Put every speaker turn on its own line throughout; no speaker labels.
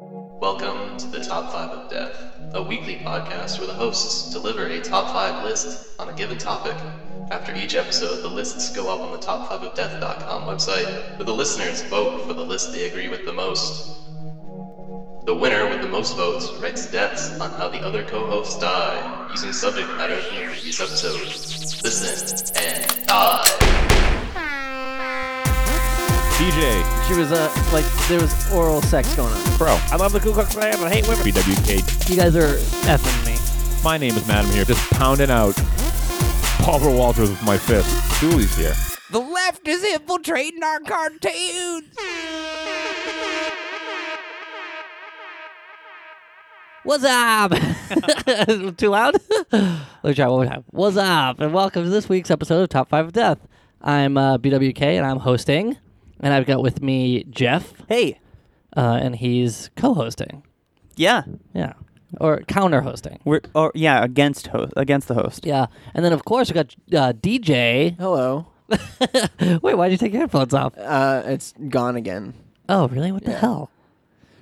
Welcome to the Top 5 of Death, a weekly podcast where the hosts deliver a top 5 list on a given topic. After each episode, the lists go up on the top5ofdeath.com website, where the listeners vote for the list they agree with the most. The winner with the most votes writes deaths on how the other co hosts die, using subject matter from the previous episode. Listen and die.
DJ,
She was uh, like, there was oral sex going on.
bro,
I love the Ku Klux Klan, but I hate women.
BWK.
You guys are effing me.
My name is Madam here, just pounding out Paul Walters with my fist. Julie's here.
The left is infiltrating our cartoons.
What's up? Too loud? Let me try one more time. What's up? And welcome to this week's episode of Top 5 of Death. I'm uh, BWK and I'm hosting. And I've got with me Jeff,
Hey,
uh, and he's co hosting.
yeah,
Yeah. Or counter hosting.
we're or yeah against host against the host.
Yeah. And then, of course, we got uh, DJ.
Hello.
Wait, why'd you take your headphones off?
Uh, it's gone again.
Oh, really? What the hell?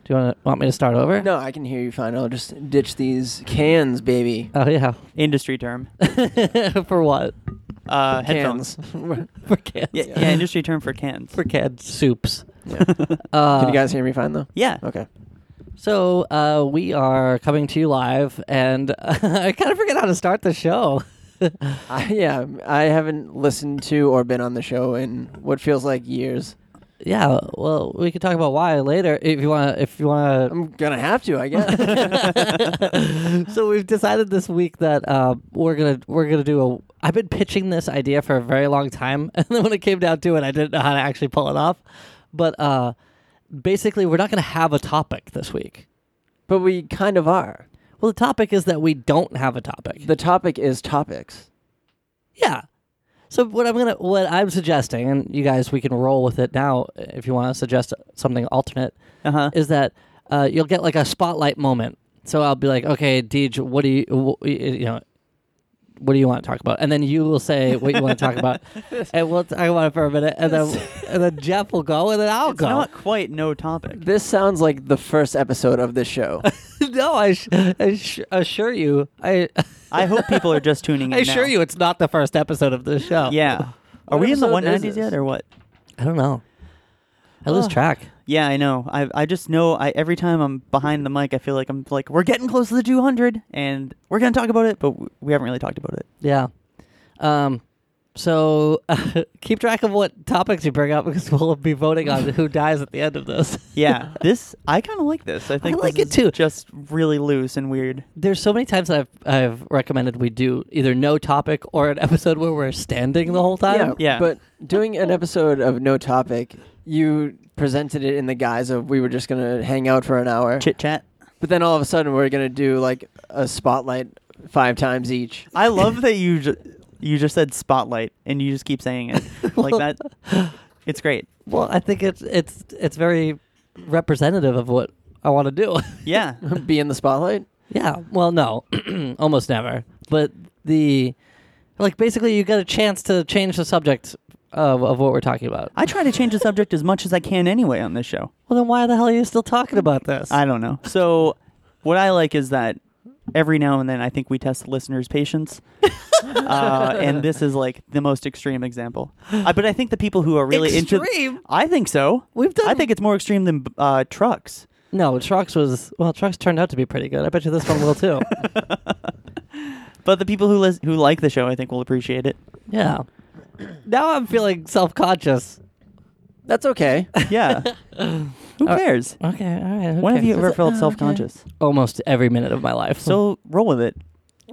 Do you wanna, want me to start over?
No, I can hear you fine. I'll just ditch these cans, baby.
Oh, yeah.
Industry term,
For what?
uh, headphones.
Cans.
For cans.
Yeah, yeah, industry term for cans.
for canned soups.
Yeah.
Uh,
can you guys hear me fine though?
yeah,
Okay.
So uh, we are coming to you live, and I kind of forget how to start the show.
I, yeah, I haven't listened to or been on the show in what feels like years.
yeah, well, we could talk about why later if you want. to If you want to.
I'm gonna have to, I guess.
so we've decided this week that uh, we're gonna we're gonna do a. I've been pitching this idea for a very long time, and then when it came down to it, I didn't know how to actually pull it off. But uh, basically, we're not gonna have a topic this week.
but we kind of are.
Well, the topic is that we don't have a topic.
The topic is topics.
Yeah. So what I'm gonna what I'm suggesting, and you guys we can roll with it now if you want to suggest something alternate,
Uh-huh.
is that uh, you'll get like a spotlight moment. So I'll be like, okay, Deej, what do you wh- you know? What do you want to talk about? And then you will say what you want to talk about, and we'll talk about it for a minute, and then and then Jeff will go, and then I'll
it's
go.
not quite no topic.
This sounds like the first episode of this show.
no, I, sh- I sh- assure you, I
I hope people are just tuning in.
I assure
now.
you, it's not the first episode of this show.
Yeah. Are we in the
episode is
190s
this?
yet or what?
I don't know. I lose
Oh.
track.
Yeah, I know. I I just know. I every time I'm behind the mic, I feel like I'm like we're getting close to the 200, and we're gonna talk about it, but w- we haven't really talked about it.
Yeah. Um, so keep track of what topics you bring up because we'll be voting on who dies at the end of this.
Yeah, this I kind of like this. I think
like
this
it
is
too.
Just really loose and weird.
There's so many times I've I've recommended we do either no topic or an episode where we're standing the whole time.
yeah,
yeah.
But doing an episode of no topic, you presented it in the guise of we were just gonna hang out for an hour.
Chit chat.
But then all of a sudden, we're gonna do like a spotlight five times each.
I love that you ju- you just said spotlight and you just keep saying it like that. It's great.
Well, I think it's it's it's very representative of what I want to do.
Yeah.
Be in the spotlight.
yeah. Well, no, almost never. But the like basically you get a chance to change the subject of of what we're talking about.
I try to change the subject as much as I can anyway on this show.
well, then why the hell are you still talking about this?
I don't know. So what I like is that every now and then I think we test the listeners' patience. uh, and this is like the most extreme example. Uh, but I think the people who are really
Extreme?
into I think so.
We've done-
I think it's more extreme than uh, trucks.
No, trucks was well. Trucks turned out to be pretty good. I bet you this one will too.
But the people who lis- who like the show I think will appreciate it.
yeah. Now I'm feeling self conscious.
That's okay.
Yeah. who
Uh,
cares?
Okay, Oh, all right.
When have you ever felt self-conscious?
Almost every minute of my life.
So roll with it.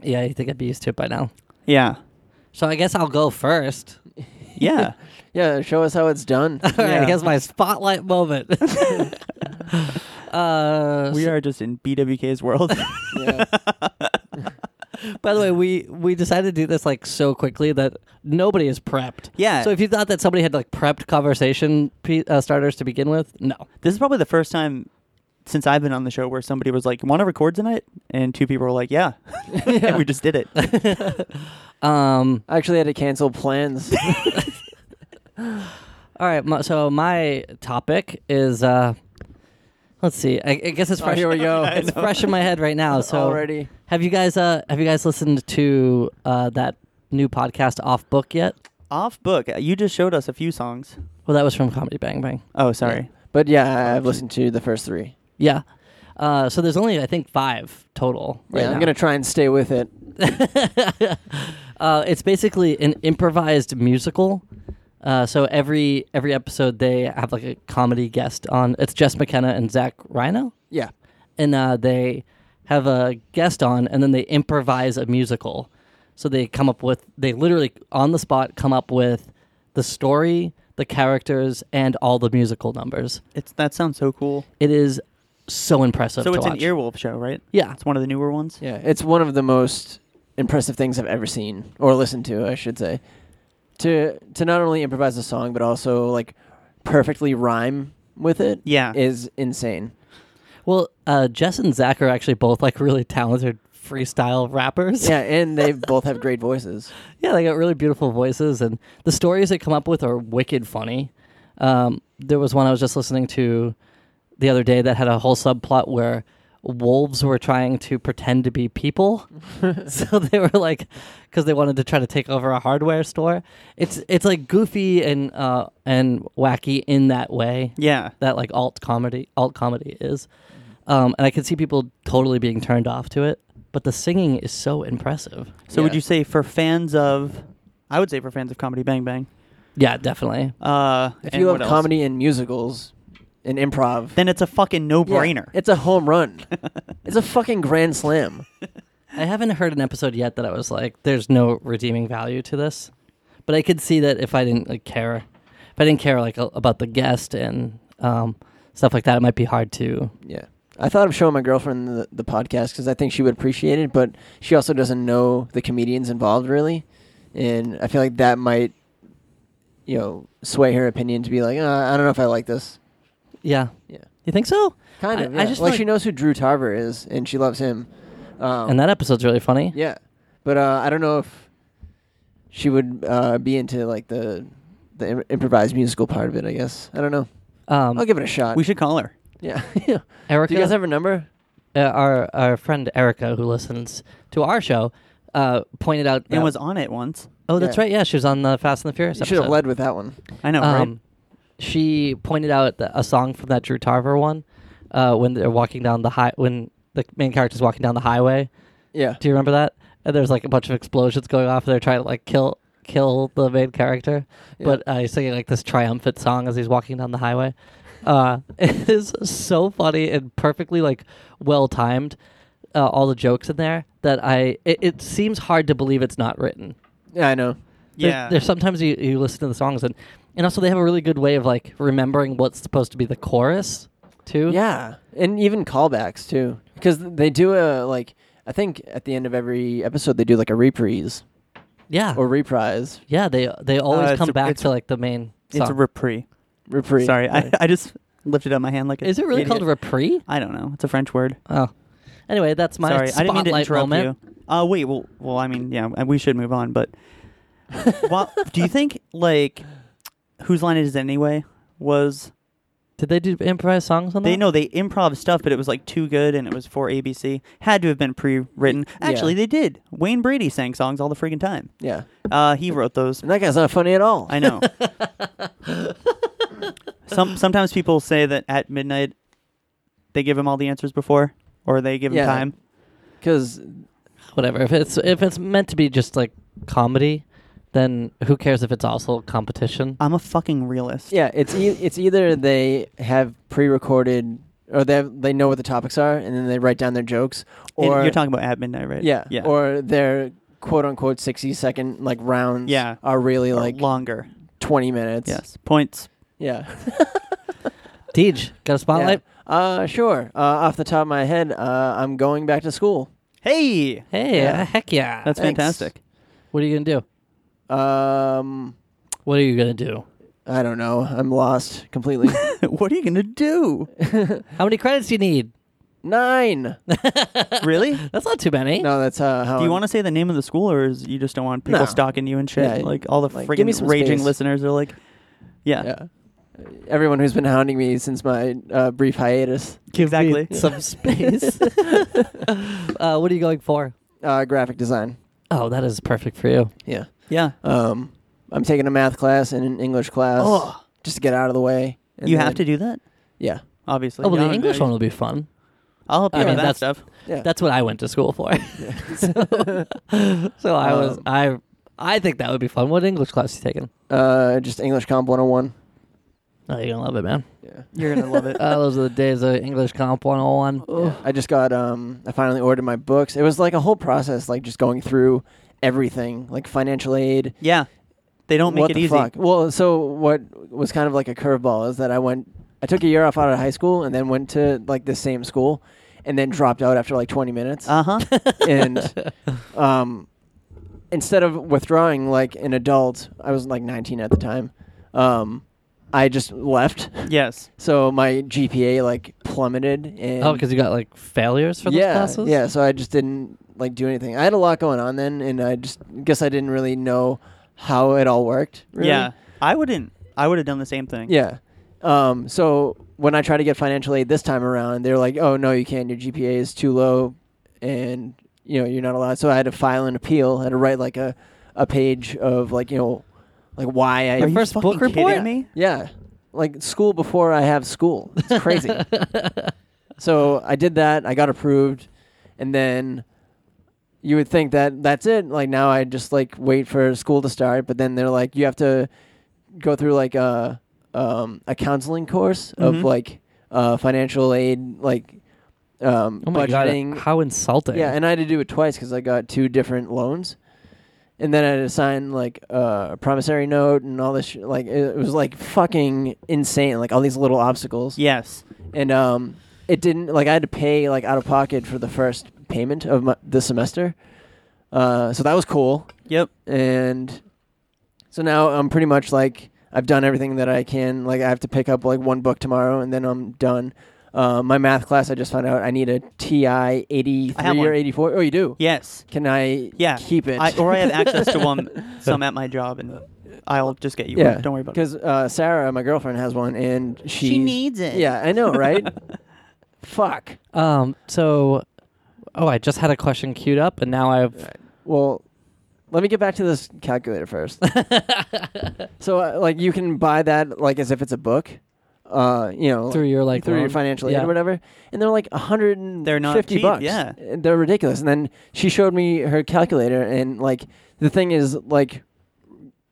yeah, I think I'd be used to it by now.
Yeah.
So I guess I'll go first.
Yeah.
yeah, show us how it's done.
All right, I
Yeah.
guess my spotlight moment. uh,
we are just in BWK's world.
Yeah.
By the way, we we decided to do this like so quickly that nobody is prepped.
Yeah.
So if you thought that somebody had like prepped conversation pe- uh, starters to begin with, no.
this is probably the first time since I've been on the show where somebody was like, "Want to record tonight?" and two people were like, "Yeah." and we just did it.
Um.
I actually had to cancel plans.
All right. My, so my topic is uh, Let's see. I, I guess it's fresh.
here we go.
It's
I know.
fresh in my head right now. So
Already.
have you guys uh have you guys listened to uh that new podcast Off Book yet?
Off book. uh, You just showed us a few songs.
Well, that was from Comedy Bang Bang.
Oh, sorry.
But yeah, I've listened to the first three.
Yeah. Uh, so there's only I think five total. Right
yeah,
now.
I'm gonna try and stay with it.
Uh, it's basically an improvised musical. Uh, so every every episode they have like a comedy guest on. It's Jess McKenna and Zach Rhino,
Yeah,
and uh, they have a guest on, and then they improvise a musical. So they come up with they literally on the spot come up with the story, the characters, and all the musical numbers.
It's that sounds so cool.
It is so impressive.
so
to
it's an
watch.
earwolf show, right?
Yeah.
It's one of the newer ones.
yeah. It's one of the most impressive things I've ever seen or listened to, I should say. To to not only improvise a song but also like perfectly rhyme with it.
Yeah.
is insane.
Well, uh, Jess and Zach are actually both like really talented freestyle rappers.
Yeah, and they both have great voices.
Yeah, they got really beautiful voices, and the stories they come up with are wicked funny. Um, there was one I was just listening to the other day that had a whole subplot where wolves were trying to pretend to be people, so they were like, because they wanted to try to take over a hardware store. It's it's like goofy and uh, and wacky in that way
Yeah.
that like alt comedy alt comedy is, um, and I can see people totally being turned off to it. But the singing is so impressive.
So would
Yeah.
you say for fans of? I would say for fans of comedy Bang Bang.
Yeah, definitely.
Uh,
If
and
you love
what else?
comedy and musicals and improv,
then it's a fucking
yeah,
no-brainer.
it's a home run. it's a fucking grand slam.
I haven't heard an episode yet that I was like, "There's no redeeming value to this," but I could see that if I didn't like care, if I didn't care like a- about the guest and um, stuff like that, it might be hard to.
Yeah. I thought of showing my girlfriend the, the podcast because I think she would appreciate it, but she also doesn't know the comedians involved really, and I feel like that might, you know, sway her opinion to be like, uh, I don't know if I like this.
Yeah,
Yeah,
you think so?
kind of.
I- I
yeah.
just feel
like,
like-
she knows who Drew Tarver is, and she loves him. Um,
And that episode's really funny.
yeah, but uh, I don't know if she would uh, be into like the the im- improvised musical part of it. I guess I don't know.
Um,
I'll give it a shot.
we should call her.
yeah. yeah.
Erica,
Do you guys have a number?
uh, our our friend Erica who listens to our show uh, pointed out.
And
that-
was on it once.
oh, that's
yeah.
right. Yeah, she was on the Fast and the Furious.
You should have
episode.
led with that one.
I know, right?
Um, she pointed out that a song from that Drew Tarver one uh, when they're walking down the high when the main character's walking down the highway.
Yeah.
Do you remember that? And there's like a bunch of explosions going off. and They're trying to like kill kill the main character, but uh, he's singing like this triumphant song as he's walking down the highway. Uh, it is so funny and perfectly like well timed. Uh, all the jokes in there that I it, it seems hard to believe it's not written.
Yeah, I know.
There's-
yeah.
There's, sometimes you, you listen to the songs and and also they have a really good way of like remembering what's supposed to be the chorus too.
Yeah, and even callbacks too, because they do a like I think at the end of every episode they do like a reprise
Yeah.
or reprise,
yeah, they they always
Uh, it's
come
a-
back
it's-
to like the main song.
it's a repris.
reprise.
Sorry, I, I just lifted up my hand like.
Is it really called
repris?
repris?
I don't know. It's a French word.
Oh. Anyway, that's my
Sorry, I
spotlight
didn't mean to interrupt
moment.
you. Uh, wait. Well, well, I mean, yeah, we should move on. But Wha- do you think like whose line it is anyway? Was
Did they do improvised songs on that?
they know they improv stuff, but it was like too good, and it was for ABC. Had to have been pre-written. Actually, they did. Wayne Brady sang songs all the friggin' time.
Yeah,
Uh, he wrote those.
and that guy's not funny at all.
I know. Some sometimes people say that at midnight they give him all the answers before, or they give him
Yeah.
time.
Because
Whatever. If it's if it's meant to be just like comedy, then who cares if it's also competition?
I'm a fucking realist.
yeah, it's e- it's either they have pre-recorded or they have, they know what the topics are and then they write down their jokes,
And
or
you're talking about at midnight, right?
yeah,
Yeah.
or their quote unquote sixty second like rounds
Yeah.
are really
Or
like
longer.
twenty minutes.
Yes. Points.
Yeah.
Deej, got a
Yeah.
spotlight?
Uh, sure. Uh, off the top of my head, uh, I'm going back to school.
Hey.
Hey,
Yeah.
uh, heck yeah.
That's
Thanks.
fantastic.
what are you gonna do?
Um,
What are you gonna do?
I don't know. I'm lost completely.
what are you gonna do?
How many credits do you need?
Nine.
really?
That's not too many.
No, that's uh, how.
Do you
I'm-
want to say the name of the school, or is you just don't want people
No.
stalking you and shit?
Yeah,
like all the
like, give me
friggin'
some
raging
space.
listeners are like, yeah.
Yeah. everyone who's been hounding me since my uh, brief hiatus.
Give
Exactly.
me some space. uh, what are you going for?
Uh, graphic design.
Oh, that is perfect for you.
Yeah.
Yeah.
Um, I'm taking a math class and an English class
Oh.
just to get out of the way. And
you
then-
have to do that,
Yeah.
obviously.
Oh, well,
Yeah,
the English
there
one
you-
will be fun.
I'll help you
I
with
mean,
that
that's-
stuff.
Yeah.
That's what I went to school for. so, so I was
Um,
I I think that would be fun. What English class you taking?
uh, just English Comp 101.
Oh, you're gonna love it, man.
Yeah.
You're gonna love it.
Uh, those are the days of English Comp 101.
Yeah. I just got um I finally ordered my books. It was like a whole process like just going through everything, like financial aid.
yeah. They don't make
what
it
the
easy.
fuck? Well, so what was kind of like a curveball is that I went I took a year off out of high school and then went to like the same school and then dropped out after like 20 minutes.
Uh huh.
and um, instead of withdrawing like an adult, I was like 19 at the time. Um, I just left,
yes.
so my GPA like plummeted. And
Oh, because you got like failures for those
yeah,
classes.
yeah. So I just didn't like do anything. I had a lot going on then, and I just guess I didn't really know how it all worked. really.
Yeah. I wouldn't. I would have done the same thing.
Yeah. Um, so when I tried to get financial aid this time around, they're like, "Oh no, you can't. Your GPA is too low, and you know you're not allowed." So I had to file an appeal. I had to write like a, a page of like you know, like why I
Your first
fucking
book report.
kidding me?
yeah, like school before I have school. It's crazy. so I did that. I got approved, and then you would think that that's it. Like now I just like wait for school to start, but then they're like you have to go through like a um, a counseling course of
Mm-hmm.
Mhm.
like uh, financial aid, like um,
Oh my
budgeting.
god, how insulting!
Yeah, and I had to do it twice because I got two different loans, and then I had to sign like uh, a promissory note and all this. Sh- like it, it was like fucking insane. Like all these little obstacles,
Yes.
and um, it didn't like I had to pay like out of pocket for the first payment of my, the semester. Uh, so that was cool,
Yep.
and so now I'm pretty much like I've done everything that I can. Like I have to pick up like one book tomorrow, and then I'm done. Uh, my math class, I just found out I need a TI 83 or
one.
84. Oh, you do?
Yes.
Can I
Yeah.
keep it?
I, or I have access to one some at my job, and I'll just get you.
yeah,
one. Don't worry about it.
Because uh, Sarah, my girlfriend, has one, and she
needs it.
Yeah, I know, right? Fuck.
Um. So, oh, I just had a question queued up, and now I've
Well, let me get back to this calculator first. so, uh, like, you can buy that like as if it's a book. Uh, you know,
Through your, like,
through your
loan?
financial aid
Yeah.
or whatever, and they're like a hundred and
um, They're not
fifty
cheap,
bucks.
yeah.
Uh, they're ridiculous. And then she showed me her calculator, and like the thing is like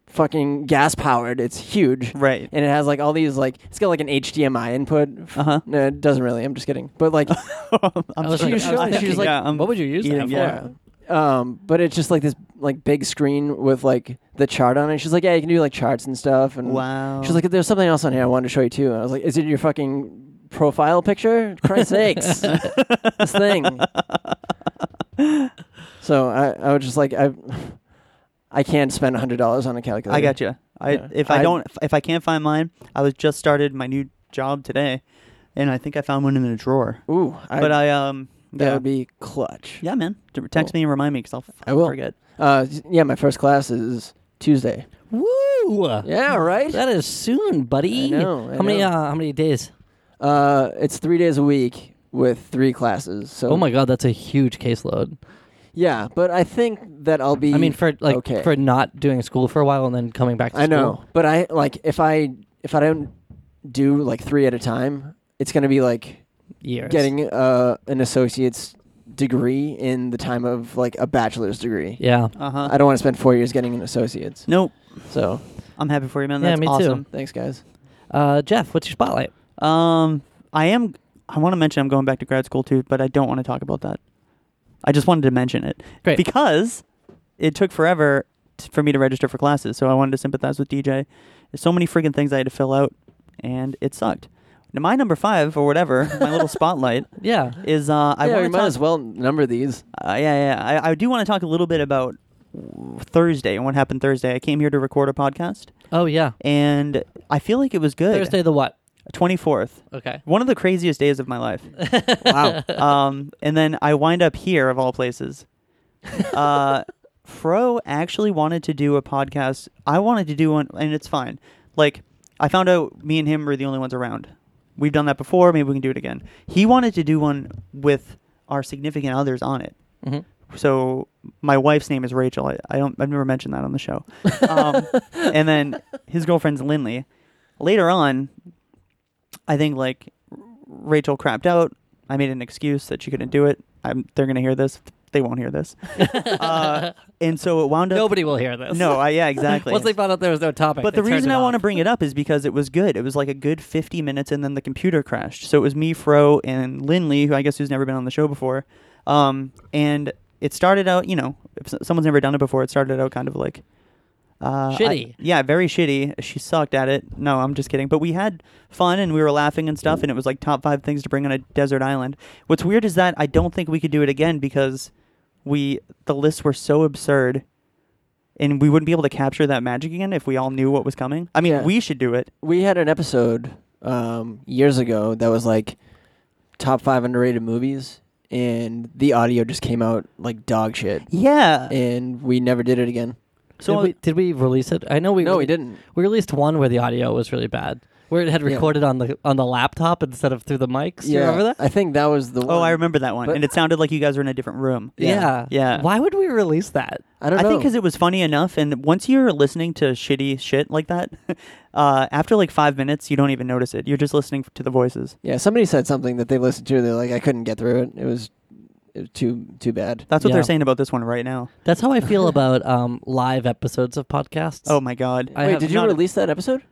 fucking gas powered. It's huge.
Right.
and it has like all these like it's got like an HDMI input. F-
Uh-huh.
No, it doesn't really. I'm just kidding. But like,
I was
Oh,
like,
she was
I was
showing- she was
thinking,
like,
Yeah, I'm
what would you use that
eating,
for?
Um, yeah.
um, but it's just like this like big screen with like the chart on it. She's like, yeah, you can do like charts and stuff. And
Wow.
she's like, there's something else on here I wanted to show you too. And I was like, is it your fucking profile picture? Christ sakes, this thing. So I, I was just like, I, I can't spend hundred dollars on a calculator.
I got you. I
Yeah.
if I,
I-
don't if I can't find mine, I was just started my new job today, and I think I found one in a drawer.
Ooh, I,
but I um
that
yeah.
would be clutch.
yeah man. T- Text me and remind me because I'll f-
I will.
forget.
Uh, yeah, my first class is Tuesday.
Woo!
Yeah, right.
That is soon, buddy.
I know, I
how many?
know.
Uh, how many days?
Uh, it's three days a week with three classes. So
Oh my god, that's a huge caseload.
Yeah, but I think that I'll be.
I mean, for like
okay.
for not doing school for a while and then coming back. to
I know,
school.
but I like if I if I don't do like three at a time, it's gonna be like
Years
getting uh an associate's degree in the time of like a bachelor's degree.
Yeah.
Uh huh.
I don't want to spend four years getting an associate's.
Nope.
So
I'm happy for you, man.
Yeah,
That's
me too.
awesome.
thanks, guys.
Uh, Jeff, what's your spotlight?
Um, I am. I want to mention I'm going back to grad school too, but I don't want to talk about that. I just wanted to mention it
Great.
because it took forever t- for me to register for classes. So I wanted to sympathize with DJ. There's so many freaking things I had to fill out, and it sucked. Now, my number five or whatever, my little spotlight
Yeah.
is. Uh, I
yeah,
want
we
to
might
talk.
as well number these.
Uh, yeah, yeah. I, I do want to talk a little bit about Thursday and what happened Thursday. I came here to record a podcast,
Oh yeah.
and I feel like it was good.
Thursday the what?
twenty fourth.
Okay.
One of the craziest days of my life.
Wow.
um, and then I wind up here of all places. Uh, Fro actually wanted to do a podcast. I wanted to do one, and it's fine. Like I found out me and him were the only ones around. We've done that before. Maybe we can do it again. He wanted to do one with our significant others on it.
Mhm.
So my wife's name is Rachel. I, I don't. I've never mentioned that on the show. Um, and then his girlfriend's Lindley. Later on, I think like Rachel crapped out. I made an excuse that she couldn't do it. I'm, they're gonna hear this. They won't hear this. uh, and so it wound up.
Nobody will hear this.
No, I, yeah, exactly.
Once they found out there was no topic.
But
they
the reason
turned it
I want to
off.
bring it up is because it was good. It was like a good 50 minutes, and then the computer crashed. So it was me, Fro, and Lindley, who I guess who's never been on the show before. Um, and it started out, you know, if s- someone's never done it before, it started out kind of like uh, I-
Shitty.
yeah, very shitty. She sucked at it. No, I'm just kidding. But we had fun and we were laughing and stuff, and it was like top five things to bring on a desert island. What's weird is that I don't think we could do it again because we the lists were so absurd, and we wouldn't be able to capture that magic again if we all knew what was coming. I mean,
Yeah.
we should do it.
we had an episode um, years ago that was like top five underrated movies, and the audio just came out like dog shit,
Yeah.
and we never did it again.
so
did we, did we release it? I know we
no, we
rele-
didn't.
We released one where the audio was really bad, where it had
Yeah.
recorded on the on the laptop instead of through the mics. Do You remember that?
I think that was the. one.
oh, I remember that one,
But-
and it sounded like you guys were in a different room.
yeah.
Yeah.
Why would we release that?
I don't
I
know.
think because it was funny enough, and once you're listening to shitty shit like that, uh, after like five minutes, you don't even notice it. You're just listening to the voices.
yeah, somebody said something that they listened to. They're like, I couldn't get through it. It was, it was too too bad.
That's what
Yeah.
they're saying about this one right now.
That's how I feel about um, live episodes of podcasts.
Oh my god!
I
Wait,
have
did you
not-
release that episode?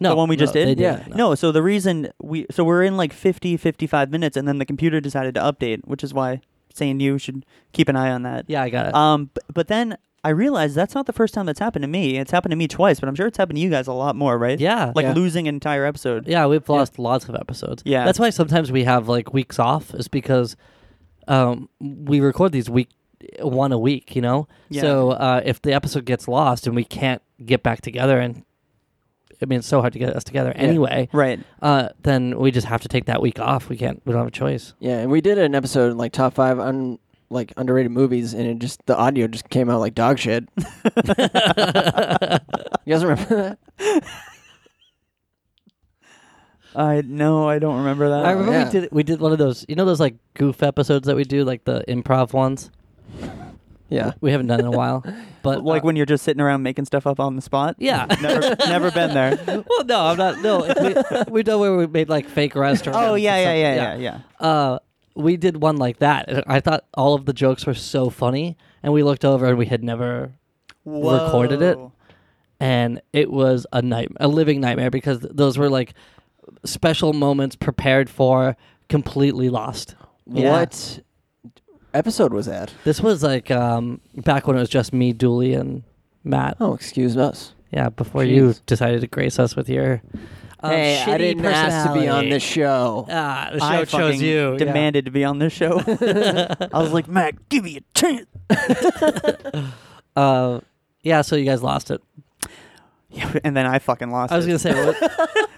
no,
the one we
no,
just did?
they
Yeah.
didn't,
no. so the reason we so we're in like 50 55 minutes and then the computer decided to update, which is why saying you should keep an eye on that.
Yeah, I got it.
Um but, but then I realized that's not the first time that's happened to me. It's happened to me twice, but I'm sure it's happened to you guys a lot more, right?
yeah.
Like
Yeah.
losing an entire episode.
Yeah, we've lost lots of episodes.
Yeah.
that's why sometimes we have like weeks off, is because um, we record these week one a week, you know.
Yeah.
So uh, if the episode gets lost and we can't get back together, and I mean it's so hard to get us together anyway,
Right.
uh, then we just have to take that week off. We can't. We don't have a choice.
Yeah, and we did an episode like top five un like underrated movies, and it just the audio just came out like dog shit. you guys remember that?
I no, I don't remember that.
I remember
yeah.
we did we did one of those, you know, those like goof episodes that we do, like the improv ones.
Yeah,
We haven't done in a while, but
like
uh,
when you're just sitting around making stuff up on the spot.
Yeah.
never, never been there.
well, no, I'm not. No, if we, we done where we made like fake restaurants.
Oh
and
yeah, yeah,
stuff-
yeah, yeah, yeah.
Uh, we did one like that. and I thought all of the jokes were so funny, and we looked over and we had never, Recorded it?
Whoa.
and it was a night, a living nightmare because those were like special moments prepared for, completely lost.
what episode was that?
This was like um, back when it was just me, Dooley, and Matt.
Oh, excuse us.
Yeah, before you
Jeez.
decided to grace us with your um,
hey, I
shitty
didn't ask to be on
personality.
this show.
Ah, the show
I
chose
fucking
you. yeah.
Demanded to be on this show. I was like, Mac, give me a chance.
Uh, yeah, so you guys lost it.
Yeah, and then I fucking lost.
I was
it.
gonna say, what,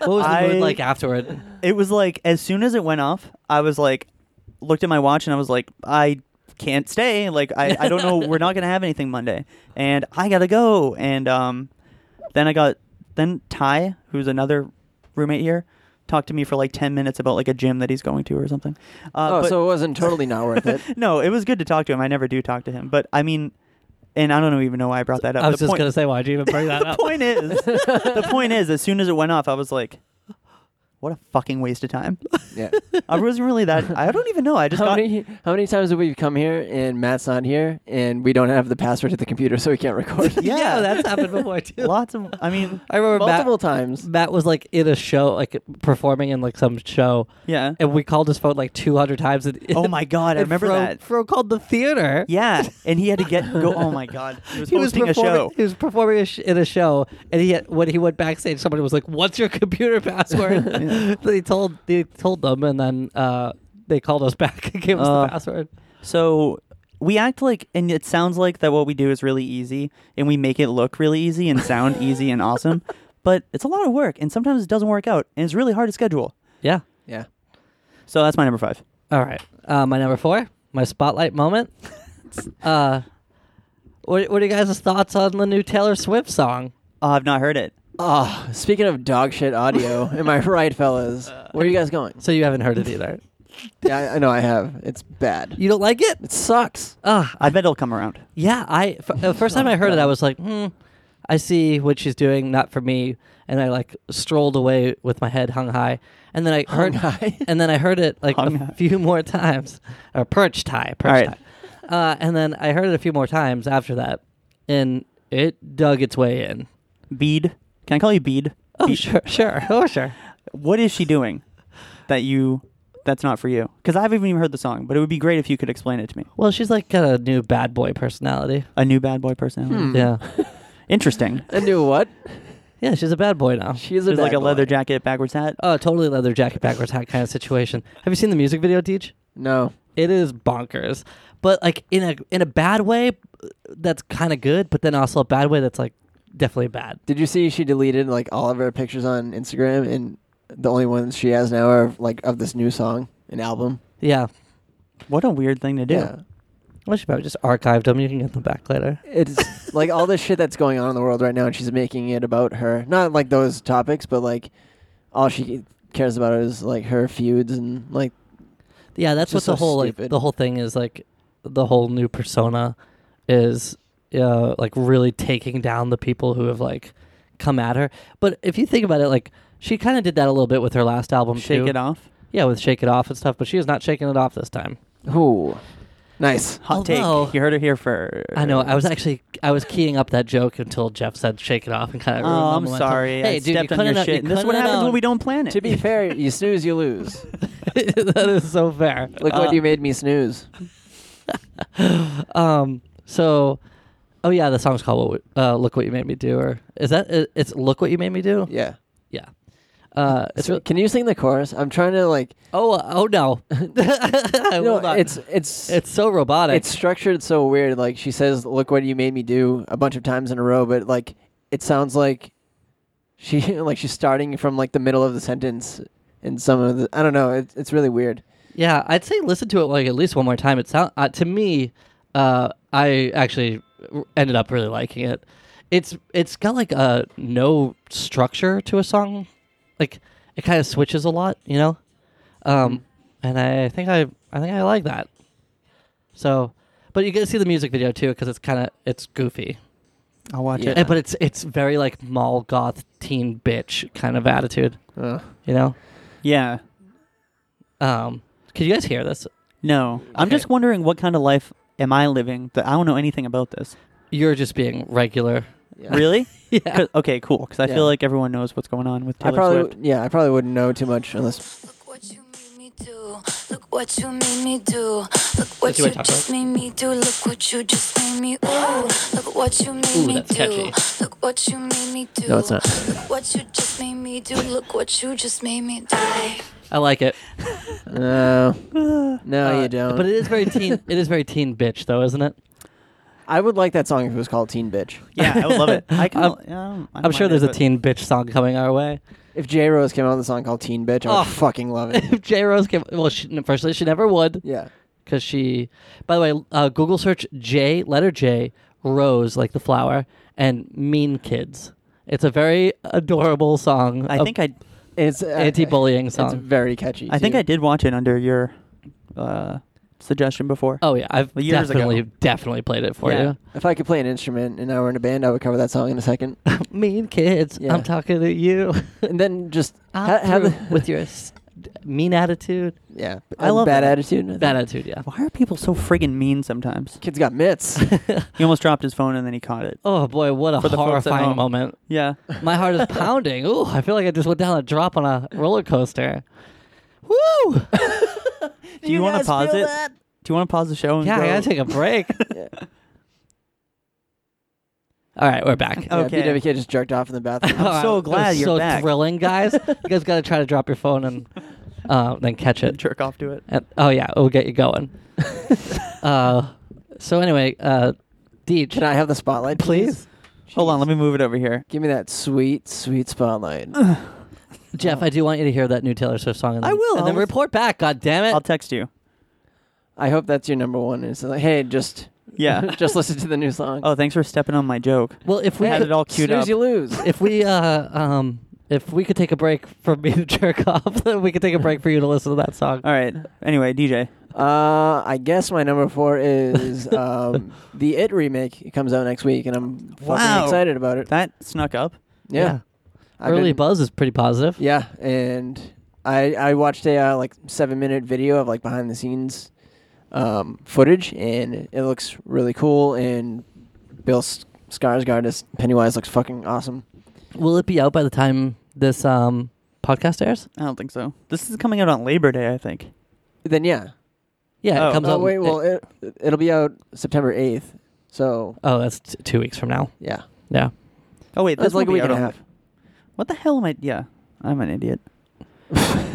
what was the
I-
mood like afterward?
It was like as soon as it went off, I was like, looked at my watch and I was like, I can't stay. Like I, I don't know. We're not gonna have anything Monday, and I gotta go. And um, then I got then Ty, who's another roommate here, talked to me for like ten minutes about like a gym that he's going to or something. Uh,
oh,
but-
so it wasn't totally not worth it.
no, it was good to talk to him. I never do talk to him, but I mean, and I don't even know why I brought that up.
I was
the
just
point,
gonna say, why'd you even bring that
the
up?
point is, the point is, as soon as it went off, I was like, "What a fucking waste of time."
Yeah.
I wasn't really that. I don't even know. I just
How
got.
many how many times have we come here and Matt's not here and we don't have the password to the computer so we can't record?
Yeah,
that's happened before too.
lots of. I mean,
I remember
Multiple
Matt,
times.
Matt was like in a show, like performing in like some show,
yeah.
and we called his phone like 200 times. And,
Oh my god, I
and
remember
Fro,
that.
Fro called the theater.
Yeah, and he had to get go. Oh my god, he was
He was
hosting a
performing.
show.
He was performing a sh- in a show, and he had, when he went backstage, somebody was like, "What's your computer password?" They told they told them, and then uh, they called us back and gave us
Uh,
the password.
So we act like, and it sounds like that what we do is really easy, and we make it look really easy and sound easy and awesome, but it's a lot of work, and sometimes it doesn't work out, and it's really hard to schedule.
Yeah.
Yeah.
So that's my number five.
All right. Uh, my number four, my spotlight moment. uh, what, what are you guys' thoughts on the new Taylor Swift song?
Uh, I've not heard it.
Ah, speaking of dog shit audio, am I right, fellas? Where are you guys going?
So you haven't heard it either.
Uh, Yeah, I, I know I have. It's bad.
You don't like it?
It sucks. Uh,
Ah,
I bet it'll come around.
yeah. I f- uh, first time I heard it, I was like, hmm, I see what she's doing, not for me. And I like strolled away with my head hung high. And then I heard,
high?
and then I heard it like
Hung
a
high.
few more times, Uh, or perched high, perched
All right.
high. Uh, and then I heard it a few more times after that, and it dug its way in.
Bead. Can I call you Bead?
Oh
Bead.
sure, sure, oh sure.
What is she doing that you that's not for you? Because I haven't even heard the song, but it would be great if you could explain it to me.
Well, she's like got a new bad boy personality.
A new bad boy personality.
Yeah,
Interesting.
I knew what?
yeah, she's a bad boy now.
She is a
There's like
bad
a leather
boy.
jacket, backwards hat.
Oh, totally leather jacket, backwards hat kind of situation. Have you seen the music video, Deej?
No.
It is bonkers, but like in a in a bad way, that's kind of good. But then also a bad way that's like definitely bad.
Did you see she deleted like all of her pictures on Instagram and the only ones she has now are like of this new song, an album?
Yeah,
What a weird thing to do.
well, she probably just archived them. You can get them back later.
It's like all this shit that's going on in the world right now and she's making it about her. Not like those topics, but like all she cares about is like her feuds and like
Yeah, that's what
Just
the
so
whole like
stupid.
the whole thing is like the whole new persona is uh like really taking down the people who have like come at her. But if you think about it like she kind of did that a little bit with her last album
Shake
too.
it off.
Yeah, with Shake It Off and stuff, but she is not shaking it off this time.
who nice.
Hot
Although-
take. You heard it here first.
I know. I was actually I was keying up that joke until Jeff said "shake it off" and kind of.
Oh, I'm sorry.
Hey,
I
dude, you
stepped on
couldn't
your
have- you
shit. And this is what
couldn't
happens
have
when we
known.
don't plan it.
To be fair, you snooze, you lose.
that is so fair.
Look
Uh,
what you made me snooze.
Um. So, oh yeah, the song's called "What We- uh, "Look What You Made Me Do," or is that it- it's "Look What You Made Me Do"?
Yeah.
Yeah. Uh, it's
So
real-
can you sing the chorus? I'm trying to like.
oh uh, oh no, I
No,
will not.
it's it's it's
it's so robotic.
it's structured so weird. Like she says, "Look what you made me do" a bunch of times in a row, but like it sounds like she like she's starting from like the middle of the sentence. And some of the I don't know. It's it's really weird.
yeah. I'd say listen to it like at least one more time. It sound uh, to me, uh, I actually r- ended up really liking it. It's it's got like a no structure to a song, like it kind of switches a lot, you know. Um, and I think I I think I like that. So, but you get to see the music video too because it's kind of it's goofy.
I'll watch
Yeah.
it.
And- but it's it's very like mall goth teen bitch kind of attitude,
Ugh.
you know.
Yeah.
Um, could you guys hear this?
No. I'm
Okay.
just wondering what kind of life am I living that I don't know anything about this.
You're just being regular.
Yeah.
Really?
Yeah.
'Cause- okay, cool. Because I
Yeah.
feel like everyone knows what's going on with
I
Taylor
probably
Swift.
yeah. I probably wouldn't know too much unless
Look what you made me do. Look what you made me do. Look
see
what
what
you
I talked
just
about?
made me do. Look what you just made me ooh. Look what you made
Ooh,
me
that's
do.
catchy.
Look what you made me do.
No, it's not.
Look what you just made me do. Look what you just made me do.
I like it.
no no
Uh,
you don't. Oh,
But it is very teen. it is very teen bitch, though, isn't it?
I would like that song if it was called Teen Bitch.
Yeah, I would love it. I can,
I'm-
I don't- I don't
I'm sure
mind
there's
it,
a
but-
teen bitch song coming our way.
If J Rose came out with a song called Teen Bitch, I would
Oh.
fucking love it.
if J Rose came, well, she, firstly, she never would
yeah.
because she. By the way, uh, Google search J letter J Rose like the flower and Mean Kids. It's a very adorable song.
I
a
think I,
It's uh,
anti-bullying
It's
song.
very catchy.
I think
too.
I did watch it under your uh, suggestion before.
Oh yeah, I've
Years ago.
definitely definitely played it for
Yeah.
you.
If I could play an instrument and I were in a band, I would cover that song in a second.
mean kids,
Yeah.
I'm talking to you.
and then just
I'm
ha- have
through
the,
with your s- d- mean attitude,
yeah.
I
a
love
bad
that.
attitude. I
bad
think.
attitude. Yeah.
Why are people so friggin' mean sometimes?
Kid's got mitts.
He almost dropped his phone and then he caught it.
Oh boy, what a
For the folks at
horrifying
home.
moment.
Yeah.
My heart is pounding. Ooh, I feel like I just went down a drop on a roller coaster. Woo!
Do you, want to pause it? Do you want to pause the show? And
Yeah,
go?
I gotta take a break. All right, we're back.
Oh,
Yeah,
Okay.
BWK just jerked off in the bathroom.
I'm so
It was
glad you're
so
back.
thrilling, guys. you guys gotta try to drop your phone and uh, then catch it.
jerk off to it.
And, oh yeah, it'll get you going. uh, so anyway, uh, Deej,
Can I have the spotlight,
please?
Hold on, let me move it over here.
Give me that sweet, sweet spotlight.
Jeff, I do want you to hear that new Taylor Swift song. And
Oh. I
then-
will.
And then
I'll-
report back. God damn it!
I'll text you.
I hope that's your number one. It's like, hey, just
Yeah.
Just listen to the new song.
oh, thanks for stepping on my joke.
Well, if we
Had
could-
it all queued
Snooze
up.
you lose.
if we uh um if we could take a break for me to jerk off, then we could take a break for you to listen to that song.
All right. Anyway, DJ.
Uh, I guess my number four is um, the It remake. It comes out next week, and I'm fucking
Wow.
excited about it.
That snuck up.
yeah, I've
Early
been-
buzz is pretty positive.
Yeah, and I I watched a uh, like seven minute video of like behind the scenes um, footage, and it looks really cool. And Bill S- Skarsgård as Pennywise looks fucking awesome.
Will it be out by the time this um podcast airs?
I don't think so. This is coming out on Labor Day, I think.
Then yeah.
Yeah,
Oh.
it comes
Oh
out.
wait, well it it'll be out September eighth. So
oh, that's t- two weeks from now.
yeah,
Yeah.
Oh wait,
That's
this
like a
will be
week and
out
a
on-
half.
What the hell am I? Yeah, I'm an idiot.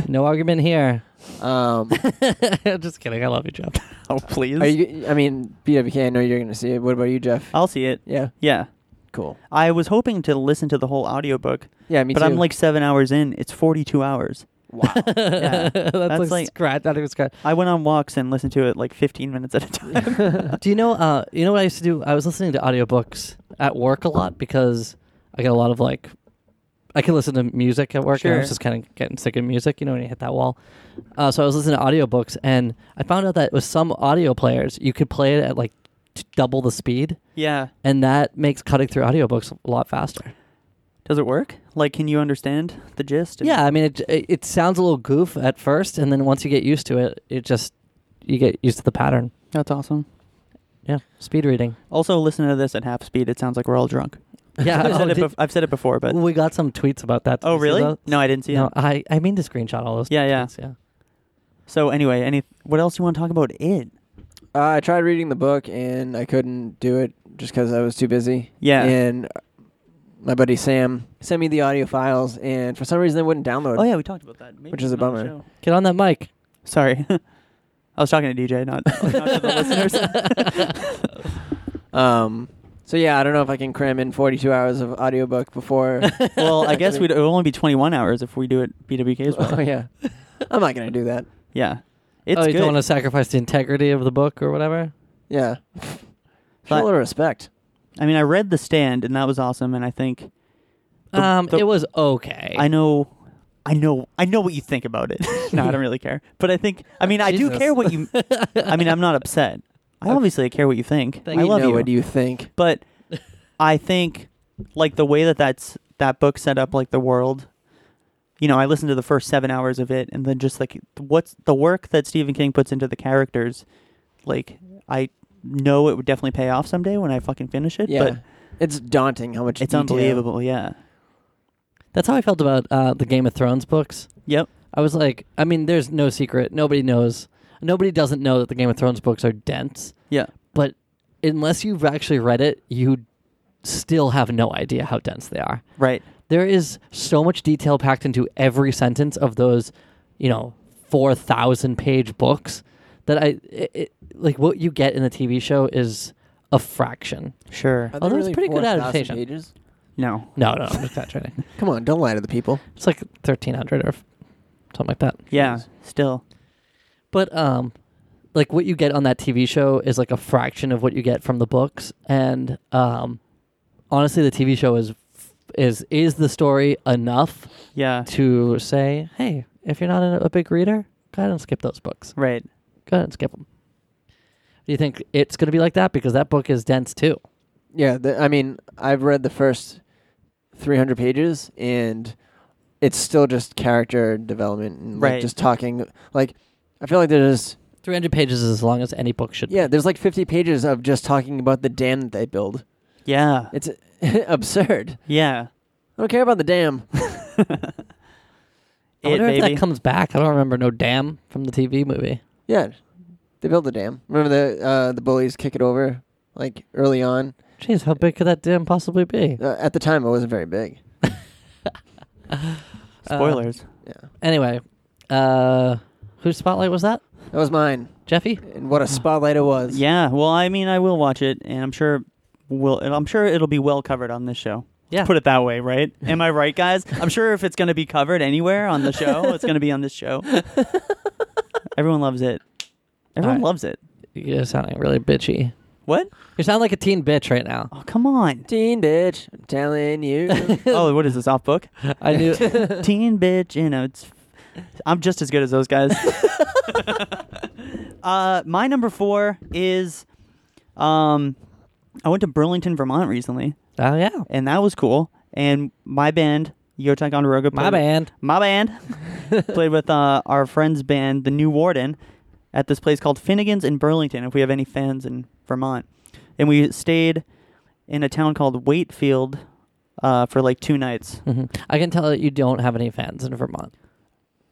No argument here.
Um,
Just kidding. I love you, Jeff.
Oh please.
are you? I mean, BWK. I know you're gonna see it. What about you, Jeff?
I'll see it.
Yeah,
Yeah.
cool.
I was hoping to listen to the whole audiobook,
Yeah, me
but
too.
I'm like seven hours in. It's 42 hours.
wow.
Yeah.
that's, like,
That's like-
scratch. That was scratch.
I went on walks and listened to it like 15 minutes at a time.
Do you know? Uh, you know what I used to do? I was listening to audiobooks at work a lot because I get a lot of like, I can listen to music at work. And I was
Sure.
just kind of getting sick of music, you know, when you hit that wall. Uh, so I was listening to audiobooks, and I found out that with some audio players, you could play it at like t- double the speed,
yeah.
and that makes cutting through audiobooks a lot faster.
Does it work? Like, can you understand the gist? and-
Yeah, I mean, it, it it sounds a little goof at first, and then once you get used to it, it just you get used to the pattern.
That's awesome.
Yeah, speed reading.
Also, listen to this at half speed. It sounds like we're all drunk.
Yeah,
I've,
oh,
said it
did-
bef- I've said it before, but.
we got some tweets about that. Did
Oh,
you see
really?
those?
No, I didn't see
No,
it.
I, I mean to screenshot all those.
Yeah, yeah.
tweets, yeah.
So, anyway, any what else you want to talk about? It.
Uh, I tried reading the book and I couldn't do it just because I was too busy.
Yeah.
And my buddy Sam sent me the audio files, and for some reason they wouldn't download.
Oh, yeah, we talked about that. Maybe
Which is a
it's not on the
bummer.
show.
Get on that mic.
Sorry. I was talking to DJ, not, not to the listeners.
Um. So yeah, I don't know if I can cram in 42 hours of audiobook before.
Oh,
Well, I guess we'd, it would only be 21 hours if we do it BWK's way.
oh yeah. I'm not gonna do that.
Yeah. It's
oh, you
good.
don't want to sacrifice the integrity of the book or whatever.
Yeah. Show a
But-
little respect.
I mean, I read The Stand, and that was awesome, and I think The-
um,
the-
it was okay.
I know, I know, I know what you think about it. no, I don't really care. But I think, I mean, I do
Jesus.
care what you. I mean, I'm not upset. I obviously care what you think.
Thank
I
you.
love
know
you.
what you think.
But I think, like the way that that's that book set up, like the world. You know, I listened to the first seven hours of it, and then just like what's the work that Stephen King puts into the characters. Like I know it would definitely pay off someday when I fucking finish it.
Yeah.
But
it's daunting how much
it's
detail-
unbelievable. Yeah.
That's how I felt about uh, the Game of Thrones books.
Yep.
I was like, I mean, there's no secret. Nobody knows. Nobody doesn't know that the Game of Thrones books are dense.
Yeah.
But unless you've actually read it, you still have no idea how dense they are.
Right.
there is so much detail packed into every sentence of those, you know, 4,000 page books that I, it, it, like, what you get in the TV show is a fraction.
Sure.
Are
Although
they
it's
really
pretty good
4,000
adaptation.
Pages?
No.
No, no, I'm just exaggerating.
Come on, don't lie to the people.
It's like 1,300 or something like that.
Yeah. Still.
But, um, like, what you get on that TV show is like a fraction of what you get from the books. And, um, honestly, the TV show is, is, is the story enough
Yeah.
to say, hey, if you're not a, a big reader, go ahead and skip those books.
Right.
Go ahead and skip them. Do you think it's going to be like that? Because that book is dense too.
Yeah, the, I mean, I've read the first 300 pages, and it's still just character development and like
Right.
just talking. Like, I feel like there's
300 pages is as long as any book should
yeah, there's like 50 pages of just talking about the dam that they build.
Yeah.
It's absurd.
Yeah.
I don't care about the dam.
be. I wonder
It,
if
baby.
that comes back. I don't remember no damn from the TV movie.
yeah, they build the dam. Remember the uh, the bullies kick it over like early on.
Jeez, how big could that dam possibly be?
Uh, at the time, it wasn't very big.
uh,
Spoilers.
Yeah,
Anyway, uh, whose spotlight was that?
that was mine,
Jeffy?
and what a spotlight it was.
yeah. Well, I mean, I will watch it, and I'm sure will I'm sure it'll be well covered on this show.
Yeah.
Put it that way, right? Am I right, guys? I'm sure if it's going to be covered anywhere on the show, it's going to be on this show. Everyone loves it. Everyone
Alright.
loves it.
You're sounding really bitchy.
What?
You sound like a teen bitch right now.
Oh, come on.
Teen bitch, I'm telling you.
oh, what is this off book?
I knew.
Teen bitch, you know it's. I'm just as good as those guys. uh, my number four is, um, I went to Burlington, Vermont recently,
oh yeah,
and that was cool. And my band, Yotai Gondoroga,
my
played-
band.
my band played with uh, our friend's band, the New Warden, at this place called Finnegan's in Burlington. If we have any fans in Vermont, and we stayed in a town called Wakefield uh, for like two nights.
Mhm. I can tell that you don't have any fans in Vermont.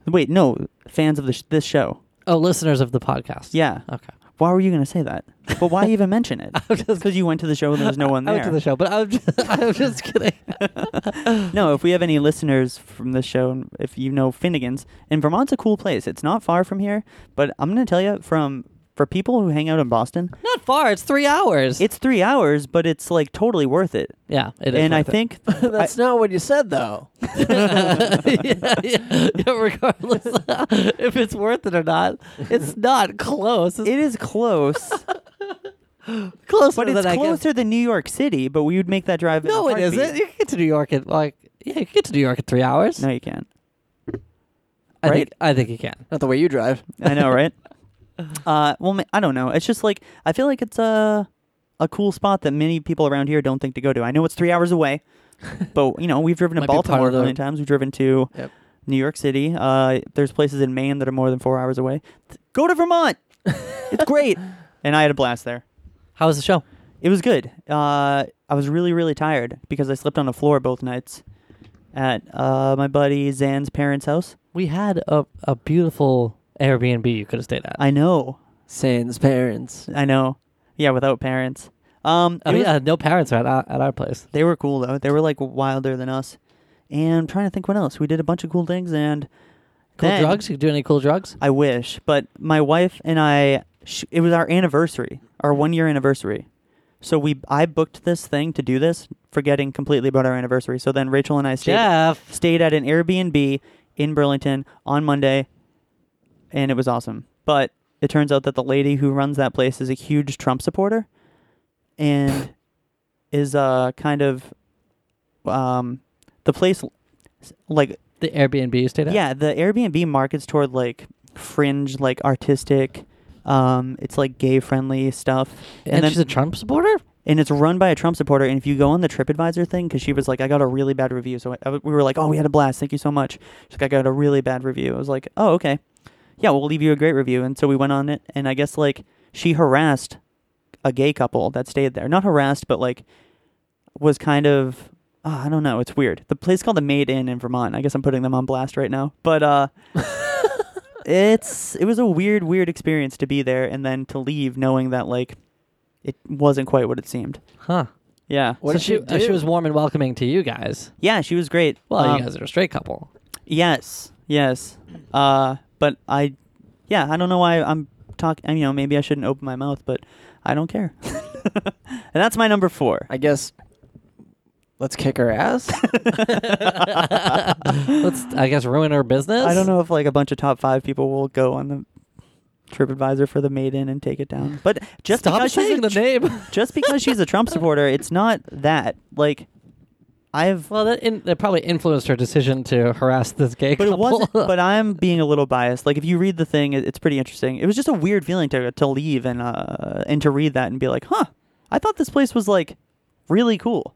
Hmm.
Wait, no, fans of the sh- this show.
Oh, listeners of the podcast.
Yeah.
Okay.
Why were you going to say that? But why even mention it?
just-
Because you went to the show and there was no one
I
there.
went to the show, but I'm just, I'm just kidding.
No, if we have any listeners from this show, and if you know Finnegan's, and Vermont's a cool place. It's not far from here, but I'm going to tell you from for people who hang out in Boston,
Not far. It's three hours.
It's three hours, but it's like totally worth it.
yeah. It is
and I
worth it.
think
That's not what you said though.
yeah, yeah, yeah, regardless if it's worth it or not, it's not close. It's
it is close,
closer
but it's
than I guess.
closer than New York City. But we would make that drive. in a
No, it
heartbeat.
isn't. You can get to New York in like yeah, you can get to New York in three hours.
No, you can't.
I
right?
think I think you can.
Not the way you drive.
I know, right? Uh, well, ma- I don't know. It's just like I feel like it's a a cool spot that many people around here don't think to go to. I know it's three hours away, but you know we've driven to
Might be part
Baltimore a
of the-
million times. We've driven to
Yep.
New York City. Uh, there's places in Maine that are more than four hours away. Th- Go to Vermont. it's great, and I had a blast there.
How was the show?
It was good. Uh, I was really, really tired because I slept on the floor both nights at uh, my buddy Zan's parents' house.
We had a, a beautiful Airbnb you could have stayed at.
I know.
Sans parents.
I know. Yeah, without parents. Um,
oh
it was-
yeah, no parents were at our, at our place.
They were cool, though. They were like wilder than us. And I'm trying to think what else. We did a bunch of cool things and.
Cool
then-
drugs? You do any cool drugs?
I wish, but my wife and I, sh- it was our anniversary, our one year anniversary. So we, I booked this thing to do this, forgetting completely about our anniversary. So then Rachel and I stayed,
Jeff.
stayed at an Airbnb in Burlington on Monday, and it was awesome. But it turns out that the lady who runs that place is a huge Trump supporter, and is uh kind of, um, the place, like
The Airbnb you stayed at?
yeah, the Airbnb markets toward like fringe, like artistic. Um, it's like gay friendly stuff,
And, she's a Trump supporter?
and it's run by a Trump supporter. And if you go on the TripAdvisor thing, because she was like, I got a really bad review, so I, I- we were like, oh, we had a blast, thank you so much. She's like, I got a really bad review. I was like, oh, okay, yeah, we'll leave you a great review. And so we went on it, and I guess like she harassed a gay couple that stayed there, not harassed, but like was kind of. ah, I don't know. It's weird. The place called the Maid Inn in Vermont. I guess I'm putting them on blast right now. But uh, it's it was a weird weird experience to be there and then to leave knowing that like it wasn't quite what it seemed
Huh.
yeah
What
so
did
she,
she
uh, she
do?
was warm and welcoming to you guys.
yeah she was great
Well,
Um,
you guys are a straight couple.
yes yes uh but i yeah i don't know why i'm talking you know maybe i shouldn't open my mouth but i don't care and that's my number four
I guess let's kick her ass.
Let's, I guess, ruin her business.
i don't know if like a bunch of top five people will go on the TripAdvisor for the maiden and take it down, but just
Stop
because she's
saying
a
the
tr-
name.
just because she's a Trump supporter, it's not that. Like, I've
Well, that, in, that probably influenced her decision to harass this gay
But it
couple.
wasn't. but I'm being a little biased. Like if you read the thing, it, it's pretty interesting. It was just a weird feeling to to leave and uh and to read that and be like, huh, I thought this place was like really cool.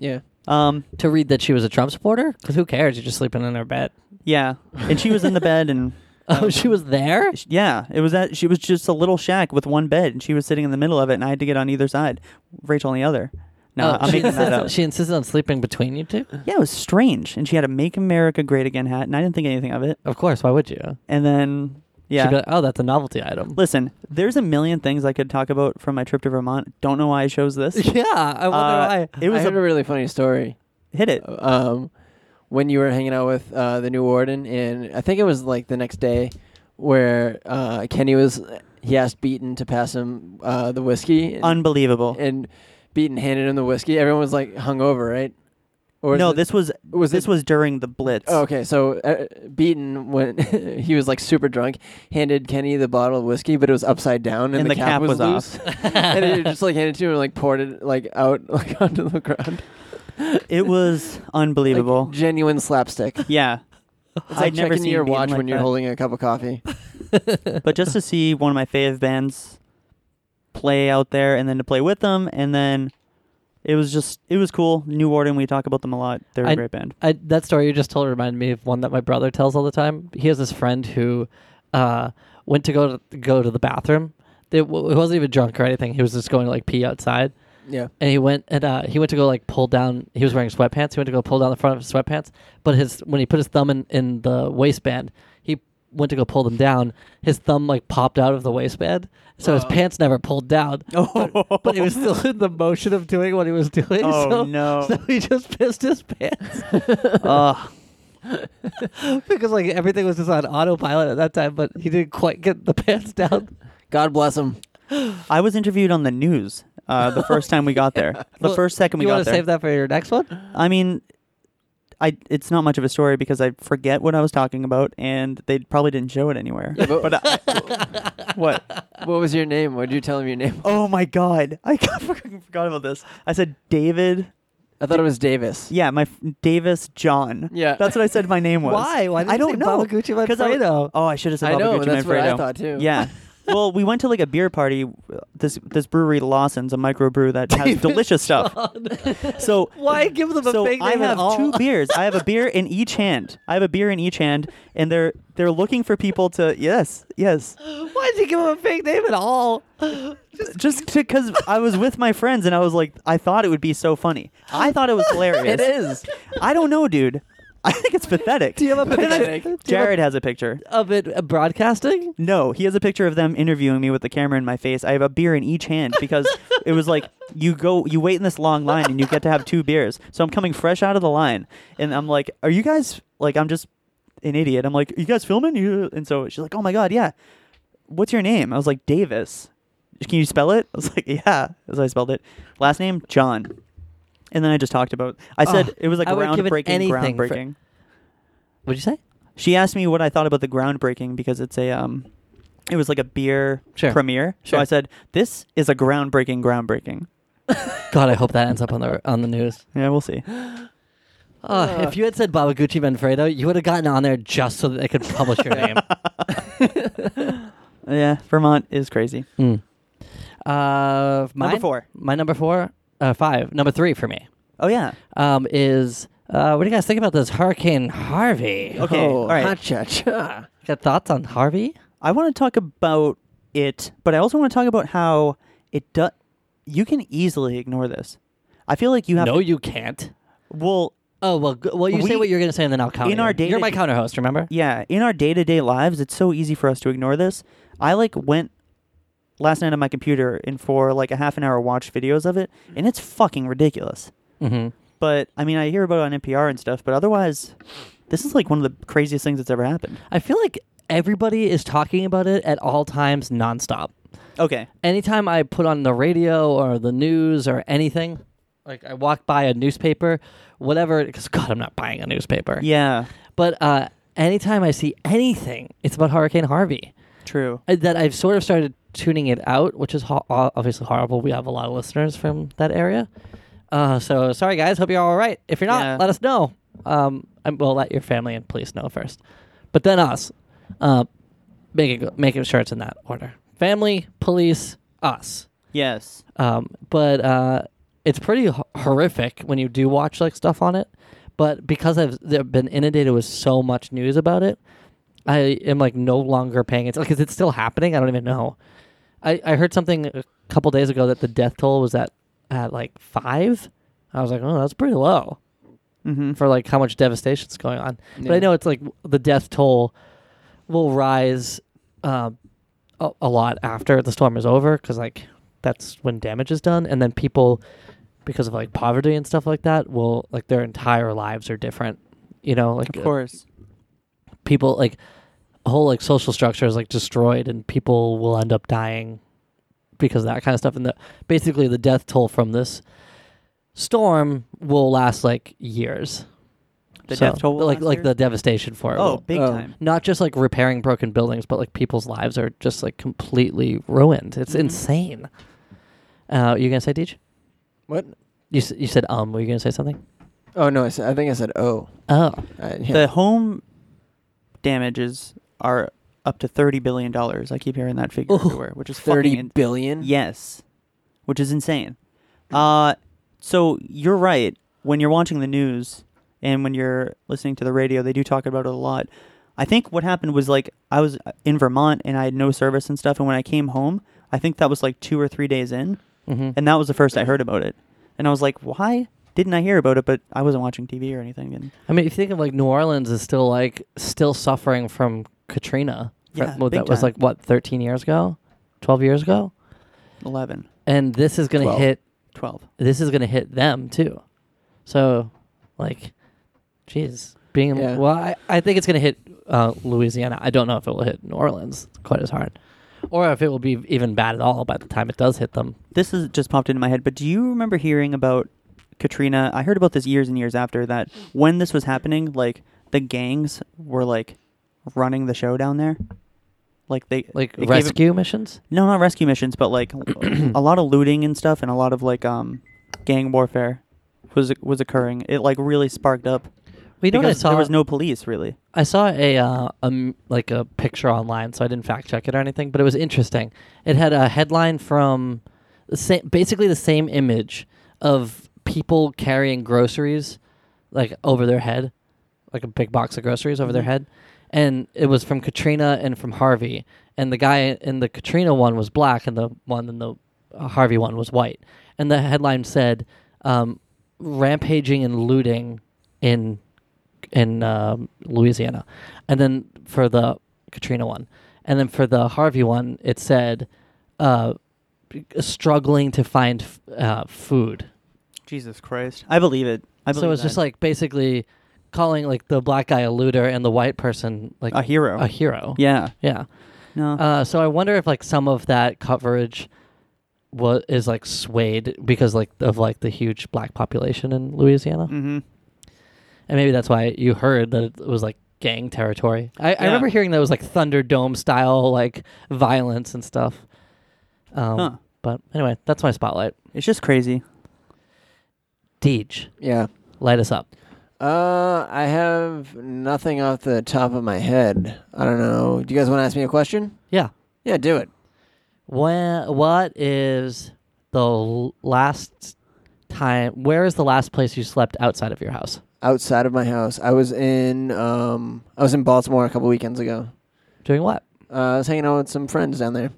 yeah.
Um,
to read that she was a Trump supporter? Because who cares? You're just sleeping in her bed.
yeah, and she was in the bed and.
Oh, she was there?
sh- Yeah, it was that she was just a little shack with one bed, and she was sitting in the middle of it, and I had to get on either side, Rachel on the other. No,
Oh,
I'm
she,
making that
insisted,
up.
she insisted on sleeping between you two?
yeah, it was strange, and she had a "Make America Great Again" hat, and I didn't think anything of it.
Of course. Why would you?
And then, yeah,
She'd be like, oh, that's a novelty item.
Listen, there's a million things I could talk about from my trip to Vermont. Don't know why I chose this.
yeah, I wonder
Uh,
why.
it was
I heard
a,
a really funny story.
hit it.
um, when you were hanging out with uh, the new warden, and I think it was like the next day where uh, Kenny was he asked Beaton to pass him uh, the whiskey, and,
Unbelievable.
and Beaton handed him the whiskey. Everyone was like hungover, right? Or is
no,
it-
this was,
was
this
it-
was during the Blitz.
Oh, okay, so uh, Beaton when he was like super drunk, handed Kenny the bottle of whiskey, but it was upside down and,
And the cap was
loose. and he just like handed it to him and like poured it like out like onto the ground.
It was
Like,
unbelievable.
genuine slapstick.
yeah.
It's like
I'd never
checking
seen
your
Beaton
watch
like
when you're
that.
holding a cup of coffee.
but just to see one of my fave bands play out there and then to play with them and then it was just it was cool new warden we talk about them a lot they're a
I-
great band
I, that story you just told reminded me of one that my brother tells all the time. He has this friend who uh, went to go to go to the bathroom. They, w- he wasn't even drunk or anything. He was just going to like pee outside,
Yeah.
and he went and uh, he went to go like pull down. He was wearing sweatpants. He went to go pull down the front of his sweatpants, but his when he put his thumb in in the waistband, he went to go pull them down. His thumb like popped out of the waistband, so
Oh.
his pants never pulled down. But, but he was still in the motion of doing what he was doing.
Oh,
so,
no.
So he just pissed his pants
Ugh.
because like everything was just on autopilot at that time, but he didn't quite get the pants down.
God bless him.
i was interviewed on the news uh, the first time we got there the
Well,
first second we
you
got
want to
there
save that for your next one?
i mean I, it's not much of a story because I forget what I was talking about, and they probably didn't show it anywhere.
but-
but I, what?
What was your name? What did you tell him your name?
Oh my god! I fucking forgot about this. I said David
I thought it was Davis.
Yeah, my f- Davis John.
Yeah.
that's what I said. My name was.
Why? Why did
I
you
don't
say
know.
Babagucci Manfredo?
I was- oh, I should have said
I know,
Babagucci
that's what I
Manfredo.
thought, too.
Yeah. well, we went to like a beer party. uh, This this brewery Lawson's a microbrew that has delicious stuff. So
Why give them a
so
fake
I
name at
have
all?
two beers. I have a beer in each hand. I have a beer in each hand, and they're they're looking for people to yes yes
Why did you give him a fake name at all?
just because I was with my friends and I was like, I thought it would be so funny. I thought it was hilarious. it is. I don't know, dude. I think it's pathetic. Do
you have a picture? Do you
picture?
have
Jared has a picture.
Of it uh, broadcasting?
No, he has a picture of them interviewing me with the camera in my face. I have a beer in each hand because it was like you go, you wait in this long line and you get to have two beers. So I'm coming fresh out of the line, and I'm like, "Are you guys like?" I'm just an idiot. I'm like, "You guys filming?" You and so she's like, "Oh my god, yeah." What's your name? I was like Davis. Can you spell it? I was like, yeah. As I spelled it, last name John. And then I just talked about. I said
Oh,
it was like
I would give it
groundbreaking,
anything for-
groundbreaking
What'd you say?
she asked me what I thought about the groundbreaking because it's a um it was like a beer
Sure.
premiere. So
Sure.
I said, This is a groundbreaking groundbreaking.
God, I hope that ends up on the on the news.
Yeah, we'll see.
Uh, if you had said Babagucci Manfredo, you would have gotten on there just so that they could publish your name.
Yeah, Vermont is crazy.
Mm. Uh, mine-
four.
My number four, uh, five, number three for me
Oh yeah.
um, is uh, what do you guys think about this Hurricane Harvey?
Okay.
Oh,
all right.
hot cha cha.
Got thoughts on Harvey?
I want to talk about it, but I also want to talk about how it does you can easily ignore this. I feel like you have
No,
to,
you can't.
well
Oh well, g- well you
We-
say what you're gonna say, and then I'll counter.
in our
you.
data-
you're my counter host, remember?
yeah, in our day to day lives, it's so easy for us to ignore this. I like went last night on my computer and for like a half an hour watched videos of it, and it's fucking ridiculous.
Mm-hmm.
But I mean, I hear about it on NPR and stuff, but otherwise, this is like one of the craziest things that's ever happened.
I feel like everybody is talking about it at all times, nonstop.
Okay.
Anytime I put on the radio or the news or anything, like I walk by a newspaper, whatever. Because God, I'm not buying a newspaper.
Yeah.
But uh, anytime I see anything, it's about Hurricane Harvey.
True.
uh, that I've sort of started tuning it out, which is ho- o- obviously horrible. We have a lot of listeners from that area. Uh, so sorry, guys. Hope you're all right. If you're not,
Yeah.
let us know. Um, and we'll let your family and police know first, but then us. Uh, making making sure it's in that order: family, police, us.
Yes.
Um, but uh, it's pretty h- horrific when you do watch like stuff on it. But because I've there been inundated with so much news about it, I am like no longer paying attention because it's still happening. I don't even know. I, I heard something a couple days ago that the death toll was at at like five. I was like, oh, that's pretty low
Mm-hmm.
for like how much devastation's going on. But I
Yeah.
know it's like the death toll will rise uh, a, a lot after the storm is over because like that's when damage is done, and then people because of like poverty and stuff like that will like their entire lives are different. You know, like
Of
uh,
course.
people like whole like social structure is like destroyed and people will end up dying because of that kind of stuff and the basically the death toll from this storm will last like years.
The
So,
death toll will
like
last
like
years?
the devastation for it.
Oh,
will-
big
oh.
time.
not just like repairing broken buildings, but like people's lives are just like completely ruined. It's
Mm-hmm.
insane. Uh, you gonna say, Deej?
What?
You s- you said um. Were you gonna say something?
Oh no, I, said, I think I said oh.
Oh,
Uh, yeah.
The home damages are up to thirty billion dollars. I keep hearing that figure
Ooh.
everywhere, which is
Thirty
fucking in-
billion?
Yes, which is insane. Uh, so you're right. When you're watching the news and when you're listening to the radio, they do talk about it a lot. I think what happened was like I was in Vermont and I had no service and stuff. And when I came home, I think that was like two or three days in,
mm-hmm.
and that was the first I heard about it. And I was like, why didn't I hear about it? But I wasn't watching TV or anything. And
I mean, if you think of like New Orleans is still like still suffering from Katrina. fr-
Yeah,
well,
big
that was
time.
like what thirteen years ago, twelve years ago,
eleven,
and this is gonna
Twelve.
hit.
twelve.
This is gonna hit them too. So, like, jeez, being
Yeah.
well, I, I think it's gonna hit uh, Louisiana. I don't know if it will hit New Orleans quite as hard, or if it will be even bad at all by the time it does hit them.
this is just popped into my head, but do you remember hearing about Katrina? I heard about this years and years after that. When this was happening, like the gangs were like running the show down there, like they
Like
they gave it-
rescue missions.
no, not rescue missions, but like a lot of looting and stuff, and a lot of like um gang warfare was was occurring. It like really sparked up
We know what I
because
saw.
there was no police really.
I saw a uh, um like a picture online, so I didn't fact check it or anything, but it was interesting. It had a headline from the same, basically the same image of people carrying groceries like over their head, like a big box of groceries over their head, and it was from Katrina and from Harvey, and the guy in the Katrina one was black, and the one in the uh, Harvey one was white, and the headline said, um, "Rampaging and looting in." in um, Louisiana, and then for the Katrina one, and then for the Harvey one, it said uh, struggling to find f- uh, food.
Jesus Christ, I believe it. I believe
so it's
that.
just like basically calling like the black guy a looter and the white person like
a hero.
A hero.
yeah,
Yeah.
no,
Uh, so I wonder if like some of that coverage was is like swayed because like of like the huge black population in Louisiana.
mm-hmm.
And maybe that's why you heard that it was like gang territory. I, I
Yeah.
remember hearing that it was like Thunderdome style, like violence and stuff. Um,
Huh.
But anyway, that's my spotlight.
it's just crazy.
Deej,
Yeah.
light us up.
Uh, I have nothing off the top of my head. I don't know. Do you guys want to ask me a question?
Yeah.
Yeah, do it.
When, what is the l- last time? Where is the last place you slept outside of your house?
Outside of my house, I was in um, I was in Baltimore a couple weekends ago.
Doing what?
Uh, I was hanging out with some friends down there.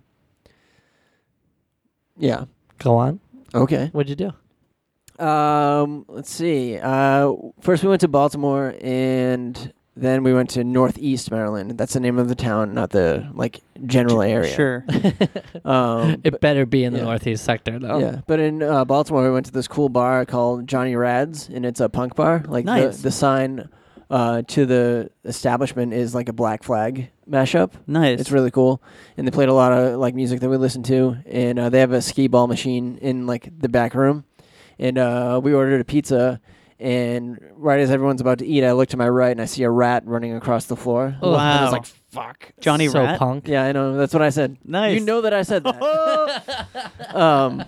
Yeah.
Go on.
Okay.
What'd you do?
Um, let's see. Uh, first we went to Baltimore, and then we went to Northeast Maryland. That's the name of the town, not the like general
Oh,
area.
Sure.
Um,
It better be in the
yeah.
northeast sector,
Oh.
though.
Yeah, but in uh, Baltimore, we went to this cool bar called Johnny Rad's, and it's a punk bar. Like
Nice.
the, the sign uh, to the establishment is like a Black Flag mashup.
nice.
It's, really cool, and they played a lot of like music that we listened to, and uh, they have a skee ball machine in like the back room, and uh, we ordered a pizza. And right as everyone's about to eat, I look to my right and I see a rat running across the floor.
Ugh,
wow.
I Oh, was like,
fuck. Johnny
so
Rat.
punk.
Yeah, I know. That's what I said.
Nice.
You know that I said that. um,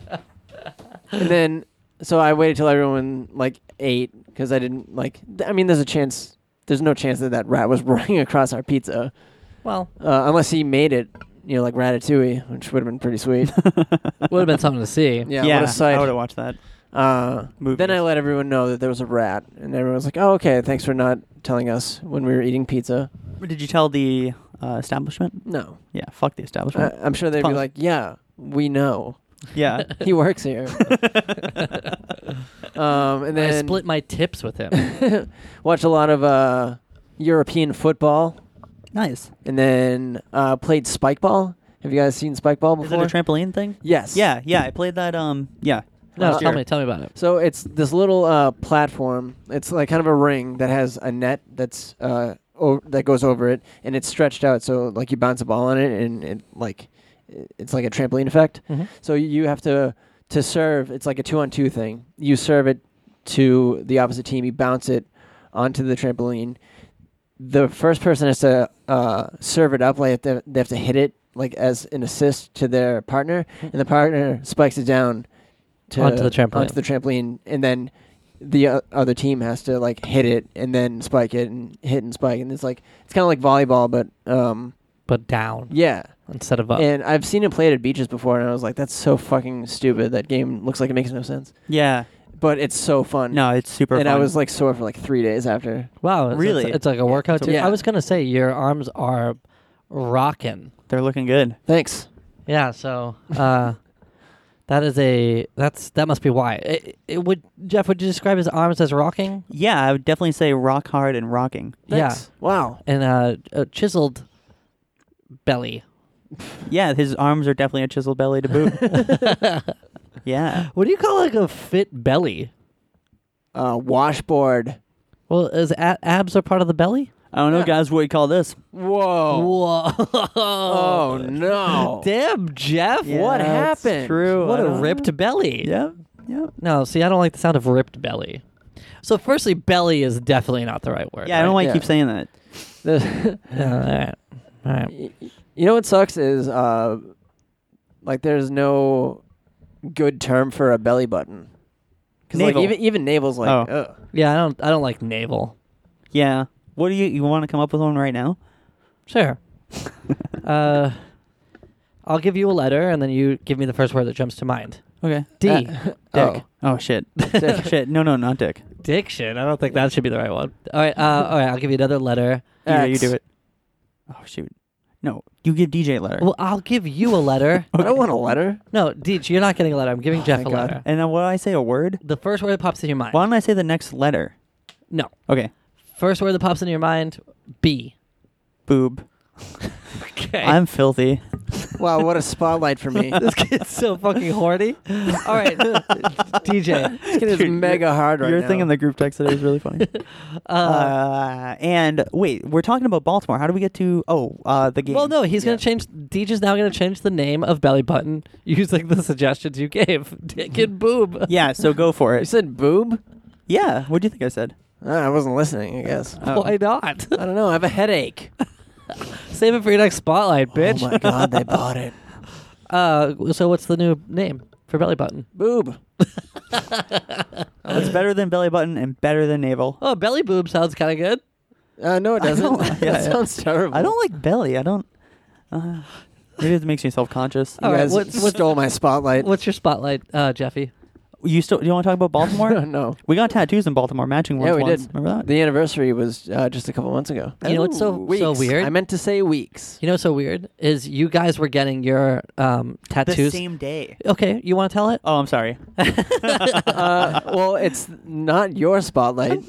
and then, so I waited till everyone like ate because I didn't like. th- I mean, there's a chance. There's no chance that that rat was running across our pizza,
Well,
uh, unless he made it. You know, like Ratatouille, which would have been pretty sweet.
would have been something to see.
yeah, what a
yeah, I would
sight.
have watched that.
Uh,
Movies.
then I let everyone know that there was a rat, and everyone was like, "Oh, okay, thanks for not telling us when we were eating pizza."
Did you tell the uh, establishment?
No,
Yeah, fuck the
I,
establishment.
I'm sure they'd be
Punk.
like, "Yeah, we know
yeah.
he works here." um, and then
I split my tips with him.
watched a lot of uh, European football,
Nice.
and then uh, played spike ball. Have you guys seen spike ball
Is it a
before?
trampoline thing?
yes.
Yeah, yeah. I played that. Um, yeah.
no,
last
tell
year.
me, tell me about it.
So it's this little uh, platform. It's like kind of a ring that has a net that's uh, o- that goes over it, and it's stretched out. So like you bounce a ball on it, and it like i- it's like a trampoline effect.
Mhm.
So you have to to serve, it's like a two on two thing. You serve it to the opposite team, you bounce it onto the trampoline. The first person has to uh, serve it up, like they have to, they have to hit it like as an assist to their partner, and the partner spikes it down to
Onto the trampoline.
onto the trampoline, and then the uh, other team has to like hit it and then spike it and hit and spike, and it's like it's kind of like volleyball, but um,
but down
yeah.
instead
Uh.
of up.
And I've seen it played at beaches before, and I was like, "That's so fucking stupid." That game looks like it makes no sense,
Yeah.
but it's so fun.
No, it's super.
and I
fun.
was like sore for like three days after.
wow, it's,
Really?
it's, it's like a workout.
It's a
too. I
workout.
was gonna say your arms are rocking.
they're looking good.
Thanks.
Yeah, so uh, that is a that's that must be why. It, it would Jeff? Would you describe his arms as rocking?
Yeah, I would definitely say rock hard and rocking.
Thanks. Wow.
Yeah, and uh, a chiseled belly.
Yeah, his arms are definitely a chisel belly to boot. yeah.
What do you call like a fit belly?
Uh, washboard.
Well, is a- abs are part of the belly?
I don't know, guys, what we call this.
Whoa.
Whoa!
Oh no.
Damn, Jeff!
What
Yeah, it's
happened?
True.
What
I
a
don't know.
ripped belly.
Yeah. Yeah.
No, see, I don't like the sound of ripped belly. So, firstly, belly is definitely not the right word.
Yeah, I don't
right?
like
Yeah.
keep saying that.
The-
Yeah, all right. All right.
you know what sucks is uh, like there's no good term for a belly button. Because like
Navel.
even even navel's like
Oh.
ugh.
Yeah, I don't. I don't like navel.
Yeah. What do you you want to come up with one right now?
Sure. uh, I'll give you a letter, and then you give me the first word that jumps to mind.
Okay.
D.
Dick. Oh, shit.
Dick.
shit. No, no, not dick.
Diction. I don't think that should be the right one. All right. Uh, all right. I'll give you another letter.
You, you
X.
do it. Oh shoot. No, you give DJ a letter.
Well, I'll give you a letter.
I don't want a letter.
No, Deej, you're not getting a letter. I'm giving Jeff a
thank God.
letter.
and then what do I say? A word?
The first word that pops into your mind.
Why don't I say the next letter?
No.
Okay.
First word that pops into your mind. B.
Boob.
Okay.
I'm filthy.
Wow, what a spotlight for me.
this kid's so fucking horny. All right, DJ.
This kid is
Dude,
mega hard right
Your
now.
thing in the group text today is really funny. uh, and wait, we're talking about Baltimore. How do we get to? Oh, uh, the game.
Well, no, he's gonna change. DJ's now gonna change the name of Belly Button using the suggestions you gave. Dick and boob.
Yeah, so go for
You
it.
said boob?
Yeah, what do you think I said?
Uh, I wasn't listening, I guess.
Why not?
I don't know. I have a headache.
Save it for your next spotlight, bitch.
Oh my god, they bought it.
Uh, so what's the new name for Belly Button?
Boob.
It's better than belly button and better than navel.
Oh, Belly Boob sounds kind of good.
Uh, no, it doesn't.
don't-
that
yeah, yeah.
sounds terrible.
I don't like belly. I don't. Uh, maybe it makes me self conscious.
All
You
right,
guys
what's- what's-
stole my spotlight.
What's your spotlight, uh, Jeffy?
You still? Do you want to talk about Baltimore?
Oh, no.
we got tattoos in Baltimore, matching ones.
Yeah, we
once.
did.
Remember that?
The anniversary was uh, just a couple months ago.
You know what's so
Weeks.
so weird?
I meant to say weeks.
you know what's so weird is you guys were getting your um, tattoos.
day.
okay, you want to tell it?
Oh, I'm sorry.
uh, well, it's not your spotlight,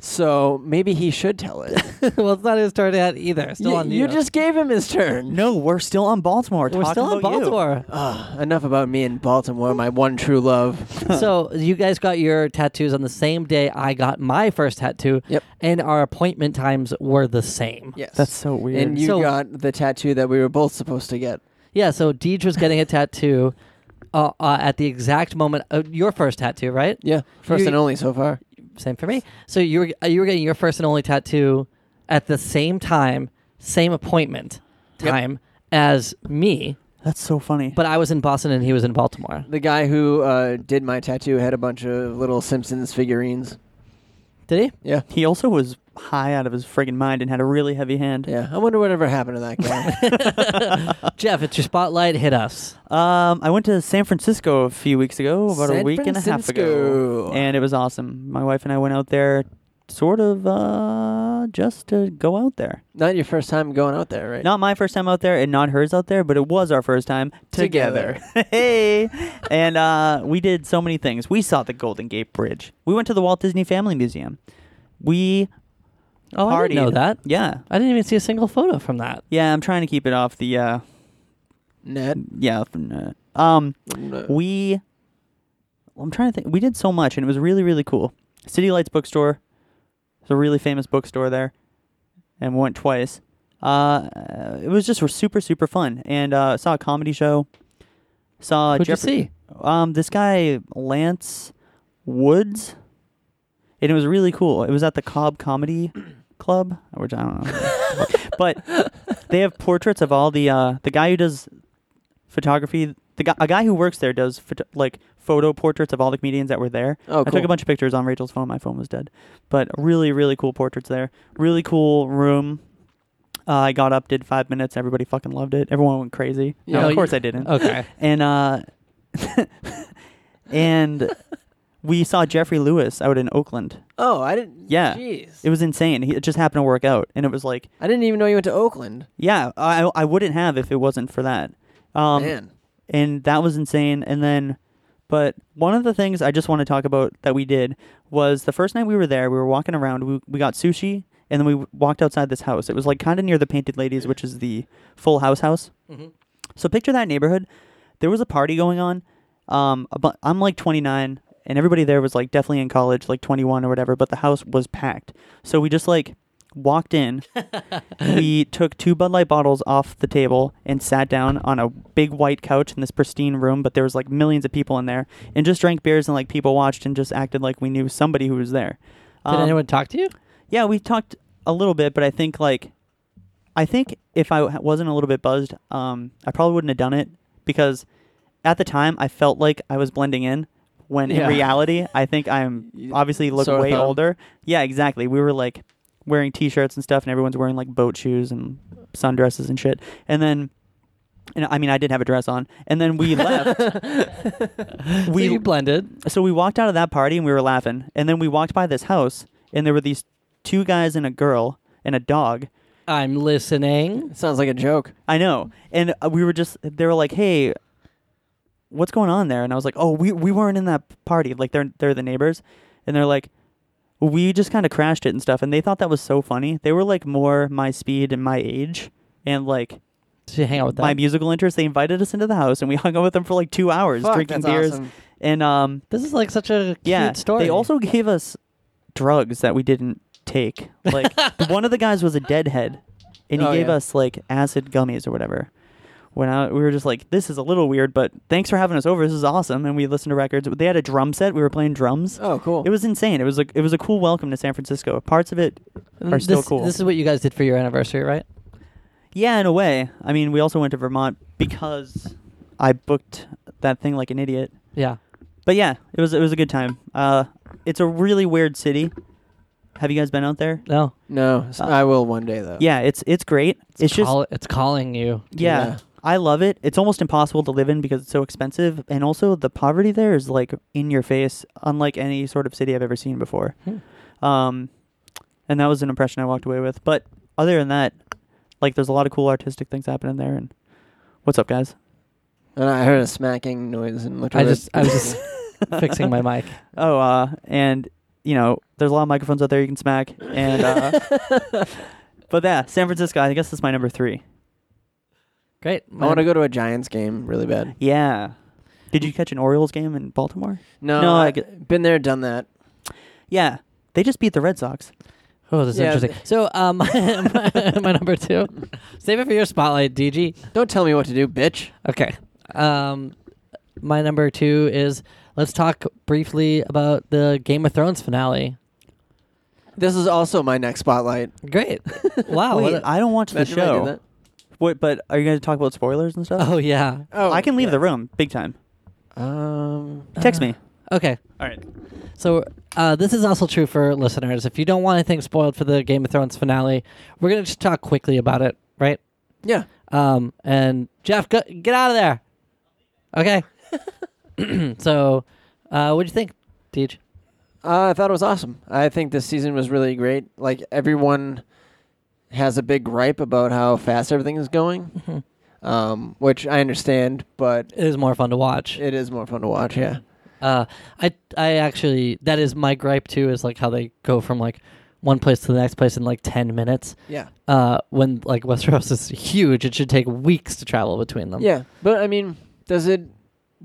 so maybe he should tell it.
well, it's not his turn yet either. Still
you,
on
you just gave him his turn.
No, we're still on Baltimore.
We're
talking
still in
about you.
Baltimore.
Ah, Enough about me in Baltimore, my one true love.
so you guys got your tattoos on the same day I got my first tattoo.
Yep.
And our appointment times were the same.
Yes.
That's so weird.
And you
So-
got the tattoo that we were both supposed to get.
Yeah. So Deej was getting a tattoo uh, uh, at the exact moment. Uh, your first tattoo, right?
Yeah, first
You-
and only so far.
Same for me. So you were uh, you were getting your first and only tattoo at the same time, same appointment time as me,
That's so funny.
but I was in Boston and he was in Baltimore.
The guy who uh, did my tattoo had a bunch of little Simpsons figurines.
Did he?
Yeah,
He also was high out of his friggin' mind and had a really heavy hand.
yeah. I wonder whatever happened to that guy.
Jeff, it's your spotlight. Hit us.
Um, I went to San Francisco a few weeks ago, about a
San
week and a half ago,
Francisco.
and it was awesome. My wife and I went out there, sort of uh, just to go out there.
Not your first time going out there, right?
Not my first time out there, and not hers out there, but it was our first time together. hey, and uh, we did so many things. We saw the Golden Gate Bridge. We went to the Walt Disney Family Museum. We
Oh, I didn't know
partied.
that.
Yeah,
I didn't even see a single photo from that.
yeah. I'm trying to keep it off the uh,
Net.
yeah. from the- Um,
No.
we I'm trying to think. We did so much, and it was really really cool. City Lights Bookstore, it's a really famous bookstore there, and we went twice. Uh, it was just super super fun, and uh, saw a comedy show. Saw
Who'd you
Jeopardy.
see?
Um, this guy Lance Woods, and it was really cool. It was at the Cobb Comedy Club, which I don't know, but they have portraits of all the uh, the guy who does photography. The guy, a guy who works there does photo, like photo portraits of all the comedians that were there.
Oh,
I took
cool.
a bunch of pictures on Rachel's phone. My phone was dead, but really, really cool portraits there. Really cool room. Uh, I got up, did five minutes. Everybody fucking loved it. Everyone went crazy.
Yeah.
no,
Oh,
of
you-
course I didn't
Okay.
and uh and we saw Jeffrey Lewis out in Oakland.
Oh, I didn't.
Yeah.
Jeez.
It was insane. He, it just happened to work out, and it was like,
I didn't even know you went to Oakland.
yeah, I I wouldn't have if it wasn't for that. Um,
Man.
and that was insane. And then, but one of the things I just want to talk about that we did was the first night we were there, we were walking around, we, we got sushi, and then we w- walked outside this house. It was like kind of near the Painted Ladies, which is the Full House house. So picture that neighborhood. There was a party going on. Um, a bu- I'm like 29, and everybody there was like definitely in college, like 21 or whatever, but the house was packed. So we just like walked in we took two Bud Light bottles off the table and sat down on a big white couch in this pristine room, but there was like millions of people in there, and just drank beers and like people watched and just acted like we knew somebody who was there.
Did
Um,
anyone talk to you?
Yeah, we talked a little bit, but I think like, I think if I wasn't a little bit buzzed, um, I probably wouldn't have done it because at the time I felt like I was blending in. When
Yeah.
in reality, I think I'm obviously look
sore
way
thumb.
older. Yeah, exactly. We were like wearing t-shirts and stuff, and everyone's wearing like boat shoes and sundresses and shit. And then, and I mean, I did have a dress on. And then we left.
We
we
you blended.
so we walked out of that party and we were laughing. And then we walked by this house and there were these two guys and a girl and a dog.
I'm listening.
Sounds like a joke.
I know. And uh, we were just they were like, "Hey, what's going on there?" And I was like, "Oh, we we weren't in that party. Like they're they're the neighbors." And they're like, "We just kind of crashed it and stuff." And they thought that was so funny. They were like more my speed and my age and like
Did you hang out with them?
my musical interest. They invited us into the house and we hung out with them for like 2 hours
Fuck,
drinking
that's
beers.
awesome.
And um
this is like such a cute
yeah,
story.
They also gave us drugs that we didn't take. Like the- one of the guys was a deadhead, and he
Oh,
gave
yeah.
us like acid gummies or whatever. When I, we were just like, this is a little weird, but thanks for having us over. This is awesome, and we listened to records. They had a drum set. We were playing drums.
Oh, cool.
It was insane. It was like it was a cool welcome to San Francisco. Parts of it
Mm,
are
this,
still cool.
This is what you guys did for your anniversary, right?
Yeah, in a way. I mean, we also went to Vermont because I booked that thing like an idiot.
Yeah.
But yeah, it was it was a good time. Uh, it's a really weird city. Have you guys been out there?
No.
No, s-
Uh,
I will one day though.
Yeah, it's it's great. It's, just
Call- it's calling you.
yeah,
yeah.
I love it. It's almost impossible to live in because it's so expensive, and also the poverty there is like in your face, unlike any sort of city I've ever seen before. Um, and that was an impression I walked away with. But other than that, like there's a lot of cool artistic things happening there. And what's up, guys?
And I heard a smacking noise and looked.
I
over.
just I was just fixing my mic.
Oh, uh, and you know, there's a lot of microphones out there you can smack. And uh, but yeah, San Francisco. I guess that's my number three.
Great.
I want to go to a Giants game really bad.
Yeah. Did you catch an Orioles game in Baltimore?
No,
No, I
I,
g-
been there, done that.
Yeah, they just beat the Red Sox.
Oh, this is
Yeah,
interesting. So, um, my, my number two. Save it for your spotlight, DG.
Don't tell me what to do, bitch.
Okay. Um, my number two is let's talk briefly about the Game of Thrones finale.
This is also my next spotlight.
Great. Wow. what
Wait,
a-
I don't watch the
Imagine if I did
show.
that.
Wait, but are you going to talk about spoilers and stuff?
oh yeah.
Oh,
I can leave
yeah.
the room, big time.
Um,
Text me.
Okay.
All right.
So uh, this is also true for listeners. If you don't want anything spoiled for the Game of Thrones finale, we're gonna just talk quickly about it, right?
yeah.
Um, and Jeff, go, get out of there. Okay. so, uh, what'd you think, Deej?
Uh, I thought it was awesome. I think this season was really great. Like everyone has a big gripe about how fast everything is going, um, which I understand, but
It was more fun to watch.
it is more fun to watch. Yeah.
Uh, I I actually that is my gripe too is like how they go from like one place to the next place in like ten minutes.
Yeah.
Uh, when like Westeros is huge, it should take weeks to travel between them.
Um, Yeah, but I mean, does it?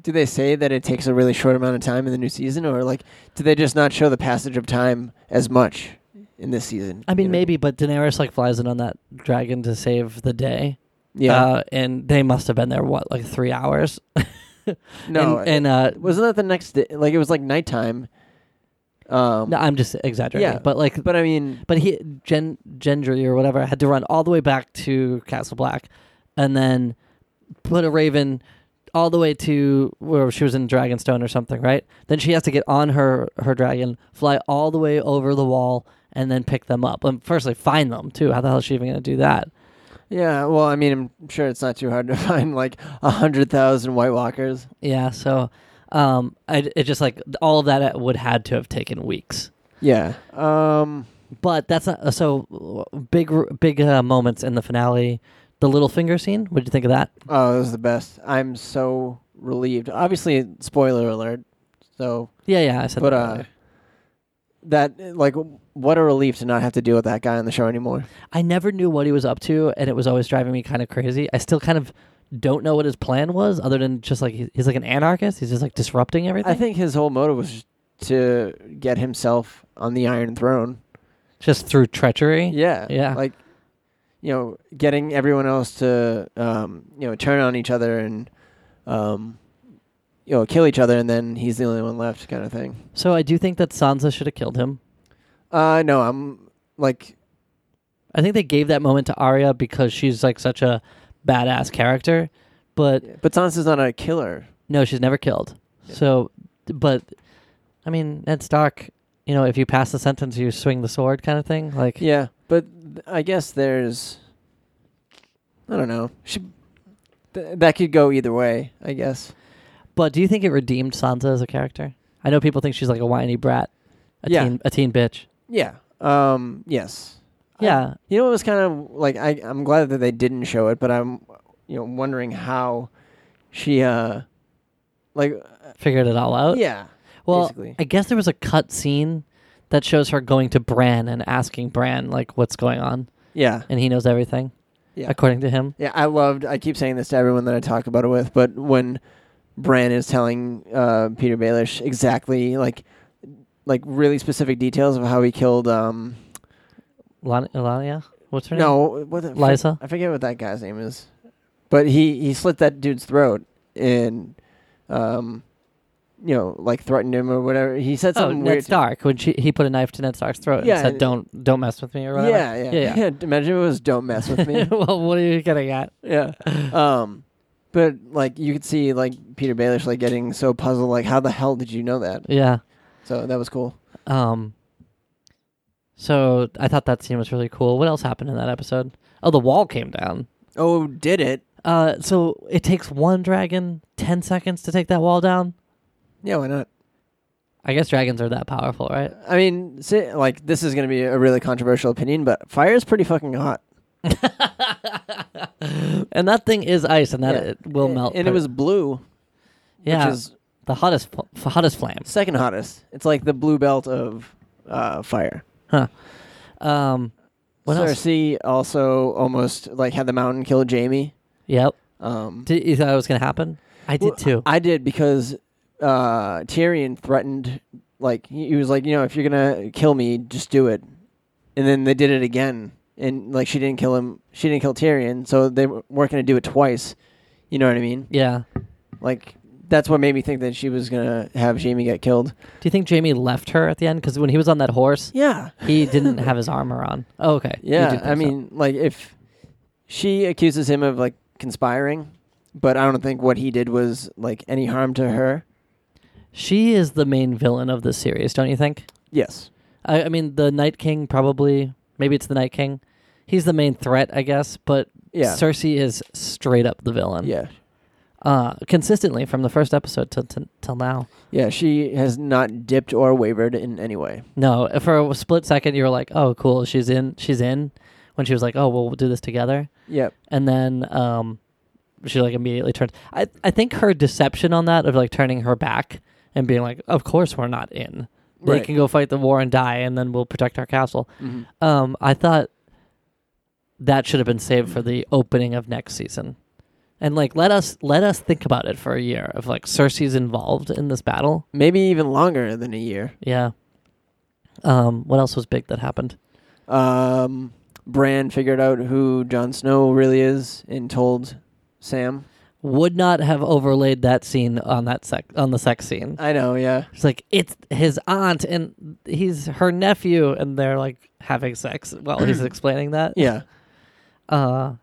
Do they say that it takes a really short amount of time in the new season, or like, do they just not show the passage of time as much in this season?
I mean
You know?
maybe, but Daenerys like flies in on that dragon to save the day.
Yeah.
uh, and they must have been there what like three hours.
No,
and, and uh,
Wasn't that the next day? Like it was like nighttime. Um,
no, I'm just exaggerating.
yeah,
but like,
but I mean,
But he Gen Gendry or whatever had to run all the way back to Castle Black, and then put a Raven all the way to where she was in Dragonstone or something, right? Then she has to get on her her dragon, fly all the way over the wall, and then pick them up. And firstly, find them too. How the hell is she even going to do that?
yeah. Well, I mean, I'm sure it's not too hard to find like a hundred thousand White Walkers.
Yeah. So, um, I, it just like all of that uh, would had to have taken weeks.
Yeah. Um.
But that's not so big. Big uh, moments in the finale. The little finger scene. What did you think of that?
Oh, it was the best. I'm so relieved. Obviously, spoiler alert. So,
Yeah, yeah, I said
but
that.
uh,
earlier.
that like, what a relief to not have to deal with that guy on the show anymore.
I never knew what he was up to, and it was always driving me kind of crazy. I still kind of don't know what his plan was, other than just like he- he's like an anarchist. He's just like disrupting everything.
I think his whole motive was just to get himself on the Iron Throne.
just through treachery.
Yeah.
Yeah.
Like, you know, getting everyone else to, um, you know, turn on each other and, um, you know, kill each other, and then he's the only one left, kind of thing.
So I do think that Sansa should have killed him.
Uh, no, I'm like,
I think they gave that moment to Arya because she's like such a badass character, but
but Sansa's not a killer.
no, she's never killed. So, but I mean, Ned Stark. You know, if you pass the sentence, you swing the sword, kind of thing. Like,
Yeah, but th- I guess there's, I don't know, she, th- that could go either way, I guess.
But do you think it redeemed Sansa as a character? I know people think she's like a whiny brat, a
Yeah.
teen, a teen bitch.
Yeah. Um. Yes. I-
Yeah,
You know, it was kind of like I. I'm glad that they didn't show it, but I'm, you know, wondering how she, uh, like, uh,
figured it all out.
yeah.
well,
basically.
I guess there was a cut scene that shows her going to Bran and asking Bran like what's going on,
Yeah.
and he knows everything.
Yeah.
according to him.
Yeah. I loved. I keep saying this to everyone that I talk about it with, but when Bran is telling uh, Peter Baelish exactly like, like really specific details of how he killed um.
Lon- Elania, what's her name?
No, what the,
Liza?
I forget what that guy's name is, but he he slit that dude's throat and, um, you know, like threatened him or whatever. He said
Oh,
something
Ned
weird. to-
Stark. When she he put a knife to Ned Stark's throat
Yeah,
and said,
and-
"Don't don't mess with me" or whatever.
Yeah, yeah,
yeah. yeah.
Imagine if it was "Don't mess with me."
well, what are you getting at?
yeah. Um, but like you could see like Peter Baelish like getting so puzzled, like how the hell did you know that?
Yeah.
So that was cool.
Um. So I thought that scene was really cool. What else happened in that episode? Oh, the wall came down.
Oh, did it?
Uh, so it takes one dragon ten seconds to take that wall down.
Yeah, why not?
I guess dragons are that powerful, right?
I mean, say, like this is gonna be a really controversial opinion, but fire is pretty fucking hot.
And that thing is ice, and that
Yeah.
it will
And-
melt.
And it
but-
was blue,
yeah,
which is
the hottest fl- f- hottest flames.
second hottest. It's like the blue belt of uh, fire.
Um, what else?
Cersei also almost like had the mountain kill Jamie.
Yep.
Um,
Did you thought it was gonna happen? I did
well,
too.
I did because uh, Tyrion threatened. Like he he was like, you know, if you're gonna kill me, just do it. And then they did it again, and like she didn't kill him. She didn't kill Tyrion, so they w- weren't gonna do it twice. You know what I mean?
yeah.
Like that's what made me think that she was gonna have Jamie get killed.
Do you think Jamie left her at the end? Because when he was on that horse,
Yeah.
he didn't have his armor on. Oh, okay. You do
Yeah,
think
I
so.
mean, like if she accuses him of like conspiring, but I don't think what he did was like any harm to her.
she is the main villain of this series, don't you think?
Yes.
I, I mean, the Night King probably. Maybe it's the Night King. He's the main threat, I guess. But
Yeah.
Cersei is straight up the villain.
Yeah.
Uh, consistently from the first episode till till till now.
Yeah, she has not dipped or wavered in any way.
No, for a split second you were like, "Oh, cool, she's in. She's in." When she was like, "Oh, well, we'll do this together,"
Yep.
and then um, she like immediately turned. I I think her deception on that of like turning her back and being like, "Of course we're not in. They
Right.
can go fight the war and die, and then we'll protect our castle."
mm-hmm.
Um, I thought that should have been saved for the opening of next season, and like let us let us think about it for a year of like Cersei's involved in this battle.
Maybe even longer than a year.
Yeah. Um, what else was big that happened?
Um, Bran figured out who Jon Snow really is and told Sam.
would not have overlaid that scene on that sex on the sex scene.
I know, yeah.
It's like it's his aunt and he's her nephew, and they're like having sex while he's explaining that.
Yeah.
Uh,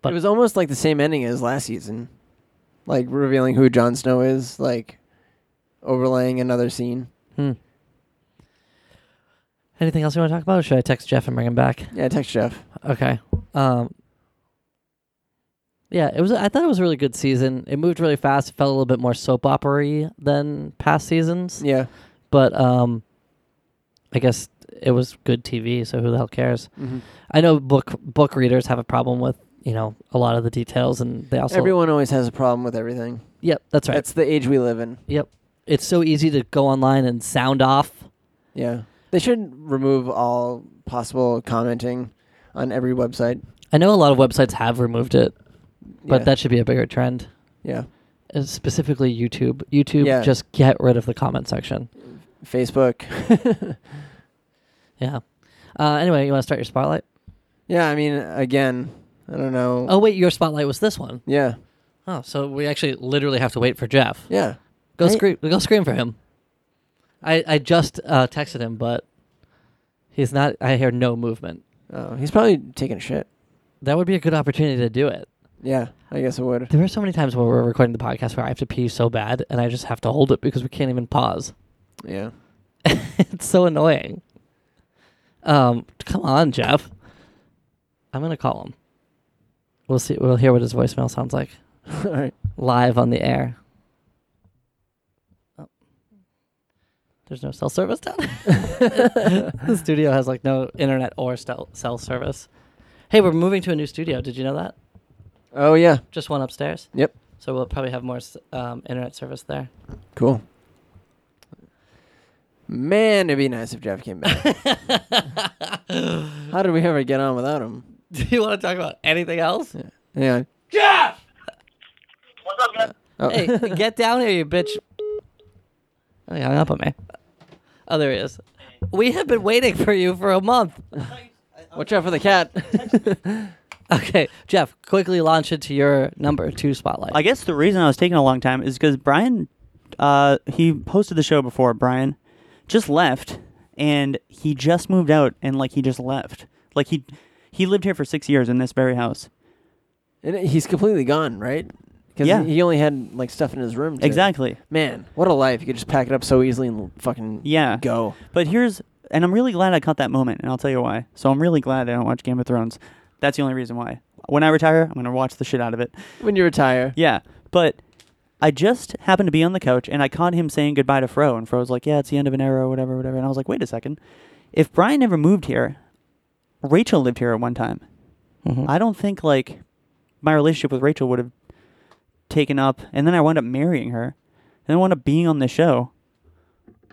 But-
it was almost like the same ending as last season. Like revealing who Jon Snow is, like overlaying another scene.
anything else you want to talk about, or should I text Jeff and bring him back?
Yeah, text Jeff.
Okay. Um. Yeah, it was. I thought it was a really good season. It moved really fast. It felt a little bit more soap opery than past seasons,
Yeah.
but um, I guess it was good TV. So who the hell cares?
Mhm.
I know book book readers have a problem with you know a lot of the details, and they also
Everyone always has a problem with everything.
Yep, that's right.
That's the age we live in.
yep, it's so easy to go online and sound off.
Yeah. They should remove all possible commenting on every website.
I know a lot of websites have removed it, but
yeah.
that should be a bigger trend.
yeah.
Uh, Specifically, YouTube. YouTube,
Yeah.
just get rid of the comment section.
Facebook.
Yeah. Uh, anyway, you want to start your spotlight?
Yeah, I mean again, I don't know.
Oh wait, your spotlight was this one.
Yeah.
Oh, so we actually literally have to wait for Jeff.
Yeah.
Go
I-
scream! Go scream for him. I I just uh, texted him, but he's not. I hear no movement.
Oh, he's probably taking a shit.
That would be a good opportunity to do it.
Yeah, I guess it would.
There are so many times when we're recording the podcast where I have to pee so bad and I just have to hold it because we can't even pause.
Yeah.
It's so annoying. Um, come on, Jeff. I'm gonna call him. We'll see. We'll hear what his voicemail sounds like
all right.
live on the air. Oh. There's no cell service down. there. the studio has like no internet or cell cell service. Hey, we're moving to a new studio. Did you know that?
Oh yeah.
Just one upstairs.
Yep.
So we'll probably have more s- um, internet service there.
Cool. Man, it'd be nice if Jeff came back. How did we ever get on without him?
Do you want to talk about anything else?
Yeah.
Hey, get down here, you bitch. Oh, he hung up on me. Oh, there he is. We have been waiting for you for a month.
Watch out for the cat.
Okay, Jeff, quickly launch into your number two spotlight.
I guess the reason I was taking a long time is because Brian, uh, he hosted the show before. Brian just left, and he just moved out, and like he just left. Like he he lived here for six years in this very house.
And he's completely gone, right? Because
Yeah.
he only had like stuff in his room. to-
Exactly.
Man, what a life! You could just pack it up so easily and fucking
Yeah.
go.
But here's, and I'm really glad I caught that moment, and I'll tell you why. So I'm really glad I don't watch Game of Thrones. That's the only reason why. When I retire, I'm gonna watch the shit out of it.
When you retire.
Yeah, but I just happened to be on the couch and I caught him saying goodbye to Fro, and Fro was like, "Yeah, it's the end of an era, whatever, whatever." And I was like, "Wait a second, if Brian never moved here, Rachel lived here at one time.
Mhm.
I don't think like my relationship with Rachel would have taken up, and then I wound up marrying her, and I wound up being on this show.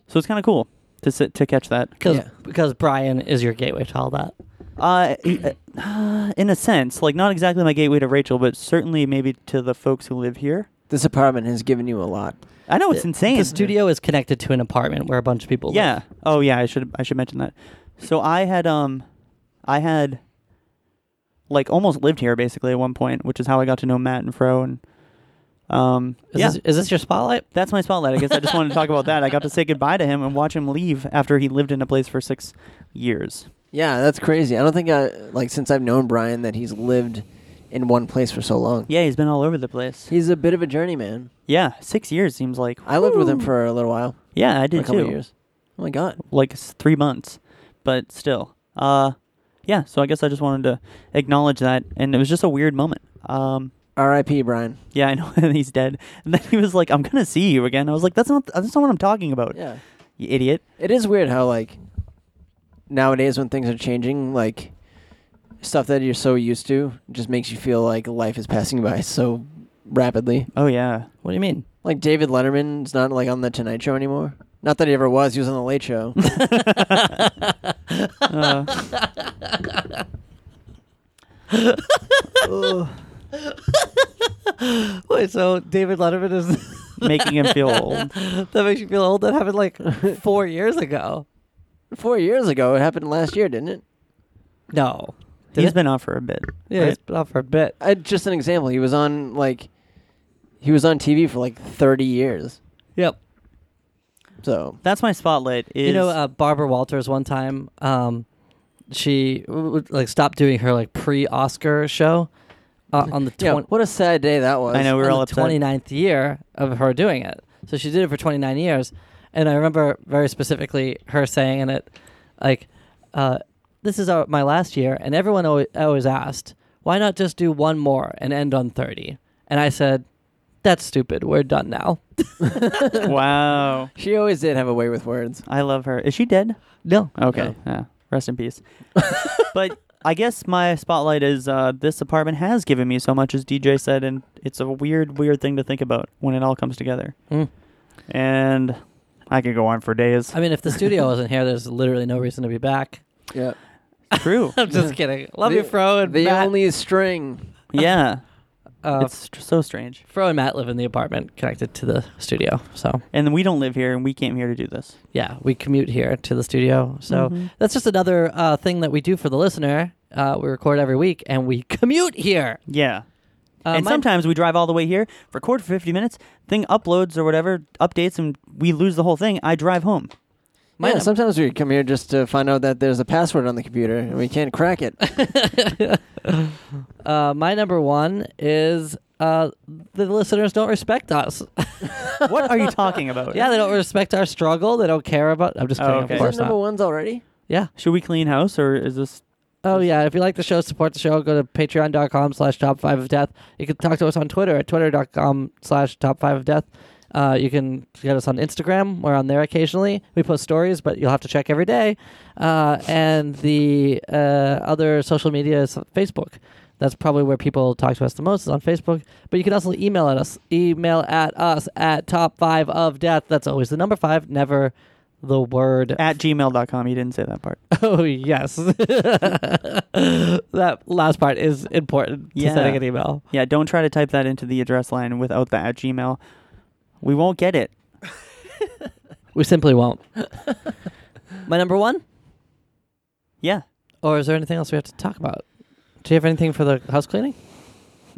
So it's kind of cool to sit to catch that.
Because
Yeah.
because Brian is your gateway to all that.
Uh, e- uh, in a sense, like not exactly my gateway to Rachel, but certainly maybe to the folks who live here.
This apartment has given you a lot.
I know it's insane.
The studio is connected to an apartment where a bunch of people.
Yeah.
live.
Oh yeah, I should I should mention that. So I had um I had like almost lived here basically at one point, which is how I got to know Matt and Fro and um
Is
yeah.
This, is this your spotlight?
That's my spotlight. I guess I just wanted to talk about that. I got to say goodbye to him and watch him leave after he lived in a place for 6 years.
Yeah, that's crazy. I don't think I like since I've known Brian that he's lived in one place for so long.
Yeah, he's been all over the place.
He's a bit of a journeyman.
Yeah, 6 years seems like
I lived with him for a little while,
Yeah, I did
a couple
too.
years. Oh my god.
like s- three months, but still. Uh, yeah. So I guess I just wanted to acknowledge that, and it was just a weird moment. Um,
R.I.P. Brian.
yeah, I know and he's dead, and then he was like, "I'm gonna see you again." I was like, "That's not that's not what I'm talking about,
Yeah.
you idiot."
It is weird how like nowadays when things are changing, like stuff that you're so used to just makes you feel like life is passing by so rapidly.
Oh yeah. What do you mean?
Like David Letterman's not like on the Tonight Show anymore. Not that he ever was. He was on the Late Show.
Wait, so David Letterman is
Making him feel old.
that makes you feel old? That happened like four years ago.
Four years ago, it happened last year, didn't it?
No.
He's
it?
been off for a bit.
Yeah,
right?
it's been off for a bit.
I, just an example. He was on like He was on TV for like 30 years.
Yep.
So
That's my spotlight. Is
you know, uh, Barbara Walters one time, um, she w- w- like stopped doing her like pre-Oscar show uh, on the
yeah,
twen-
what a sad day that was.
I know we were
on
all
the
upset.
29th year of her doing it. So she did it for 29 years. And I remember very specifically her saying in it, like, uh, this is our, my last year. And everyone always, always asked, why not just do one more and end on 30? And I said, that's stupid. We're done now. uh,
wow.
She always did have a way with words.
I love her. Is she dead?
No.
Okay. Yeah. Rest in peace. but I guess my spotlight is uh, this apartment has given me so much, as DJ said, and it's a weird, weird thing to think about when it all comes together.
Mm.
And I could go on for days.
I mean, if the studio wasn't here, there's literally no reason to be back.
Yeah.
True.
I'm just kidding. Love
The-
you, Fro and
The
Matt.
only string.
yeah.
uh,
it's tr- so strange.
Fro and Matt live in the apartment connected to the studio. So
And we don't live here, and we came here to do this.
yeah, we commute here to the studio. So
Mm-hmm.
that's just another uh, thing that we do for the listener. Uh, we record every week and we commute here.
Yeah.
Uh,
and
my-
sometimes we drive all the way here, record for 50 minutes, thing uploads or whatever, updates, and we lose the whole thing. I drive home.
my
yeah, sometimes we come here just to find out that there's a password on the computer and we can't crack it.
uh, my number one is uh, the listeners don't respect us.
what are you talking about?
yeah, they don't respect our struggle. They don't care about. I'm just
Oh,
kidding.
okay.
Of
Is
course
that number
not.
ones already?
Yeah.
Should we clean house or is this
Oh yeah. If you like the show, support the show. Go to patreon.com slash top five of death. You can talk to us on Twitter at twitter.com slash top five of death. Uh, you can get us on Instagram. We're on there occasionally. We post stories, but you'll have to check every day. Uh, and the uh, other social media is Facebook. That's probably where people talk to us the most is on Facebook. But you can also email at us. Email at us at top five of death. That's always the number five, never the word
at gmail.com? You didn't say that part.
Oh yes, that last part is important to
Yeah.
sending an email.
yeah, don't try to type that into the address line without the at gmail. We won't get it.
We simply won't. My number one,
Yeah.
or is there anything else we have to talk about? Do you have anything for the house cleaning?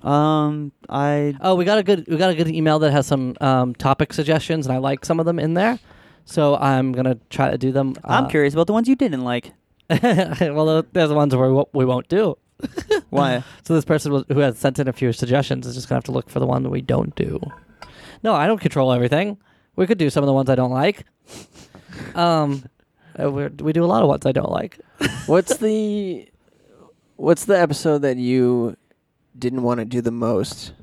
Um, I
Oh, we got a good we got a good email that has some um, topic suggestions, and I like some of them in there. So I'm gonna try to do them.
I'm curious about the ones you didn't like.
curious. well, there's the ones where we won't- we won't do.
Why?
So this person was- who has sent in a few suggestions is just gonna have to look for the one that we don't do. No, I don't control everything. We could do some of the ones I don't like. Um, uh, we're, we do a lot of ones I don't like.
What's the What's the episode that you didn't want to do the most?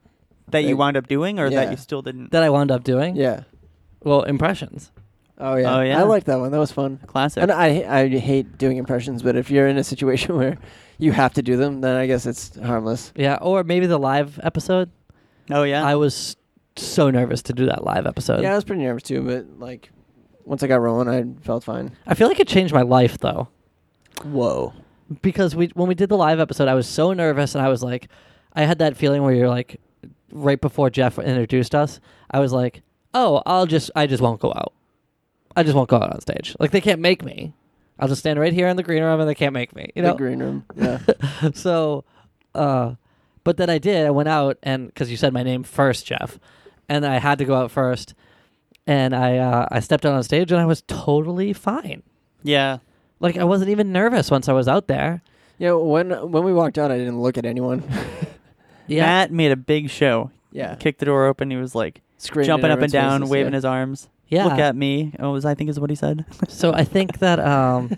that you
Like-
wound up doing or that
Yeah.
you still didn't?
That I wound up doing.
Yeah.
Well, impressions.
Oh yeah.
Oh, yeah.
I like that one. That was fun.
Classic.
And I I hate doing impressions, but if you're in a situation where you have to do them, then I guess it's harmless.
Yeah, or maybe the live episode.
oh yeah.
I was so nervous to do that live episode.
Yeah, I was pretty nervous too, but like once I got rolling, I felt fine.
I feel like it changed my life though.
Whoa.
because we when we did the live episode, I was so nervous, and I was like, I had that feeling where you're like, right before Jeff introduced us, I was like, oh, I'll just I just won't go out, I just won't go out on stage. Like they can't make me. I'll just stand right here in the green room, and they can't make me. You
The
know.
green room. Yeah.
so, uh, but then I did. I went out, and because you said my name first, Jeff, and I had to go out first, and I uh, I stepped out on stage, and I was totally fine.
yeah.
Like I wasn't even nervous once I was out there.
yeah. When when we walked out, I didn't look at anyone.
Yeah.
Matt made a big show.
yeah.
Kicked the door open. He was like
Screaming
jumping
in
up and
everyone's
down,
faces,
waving
yeah.
his arms.
yeah.
Look at me. Oh, was I think is what he said.
So I think that um,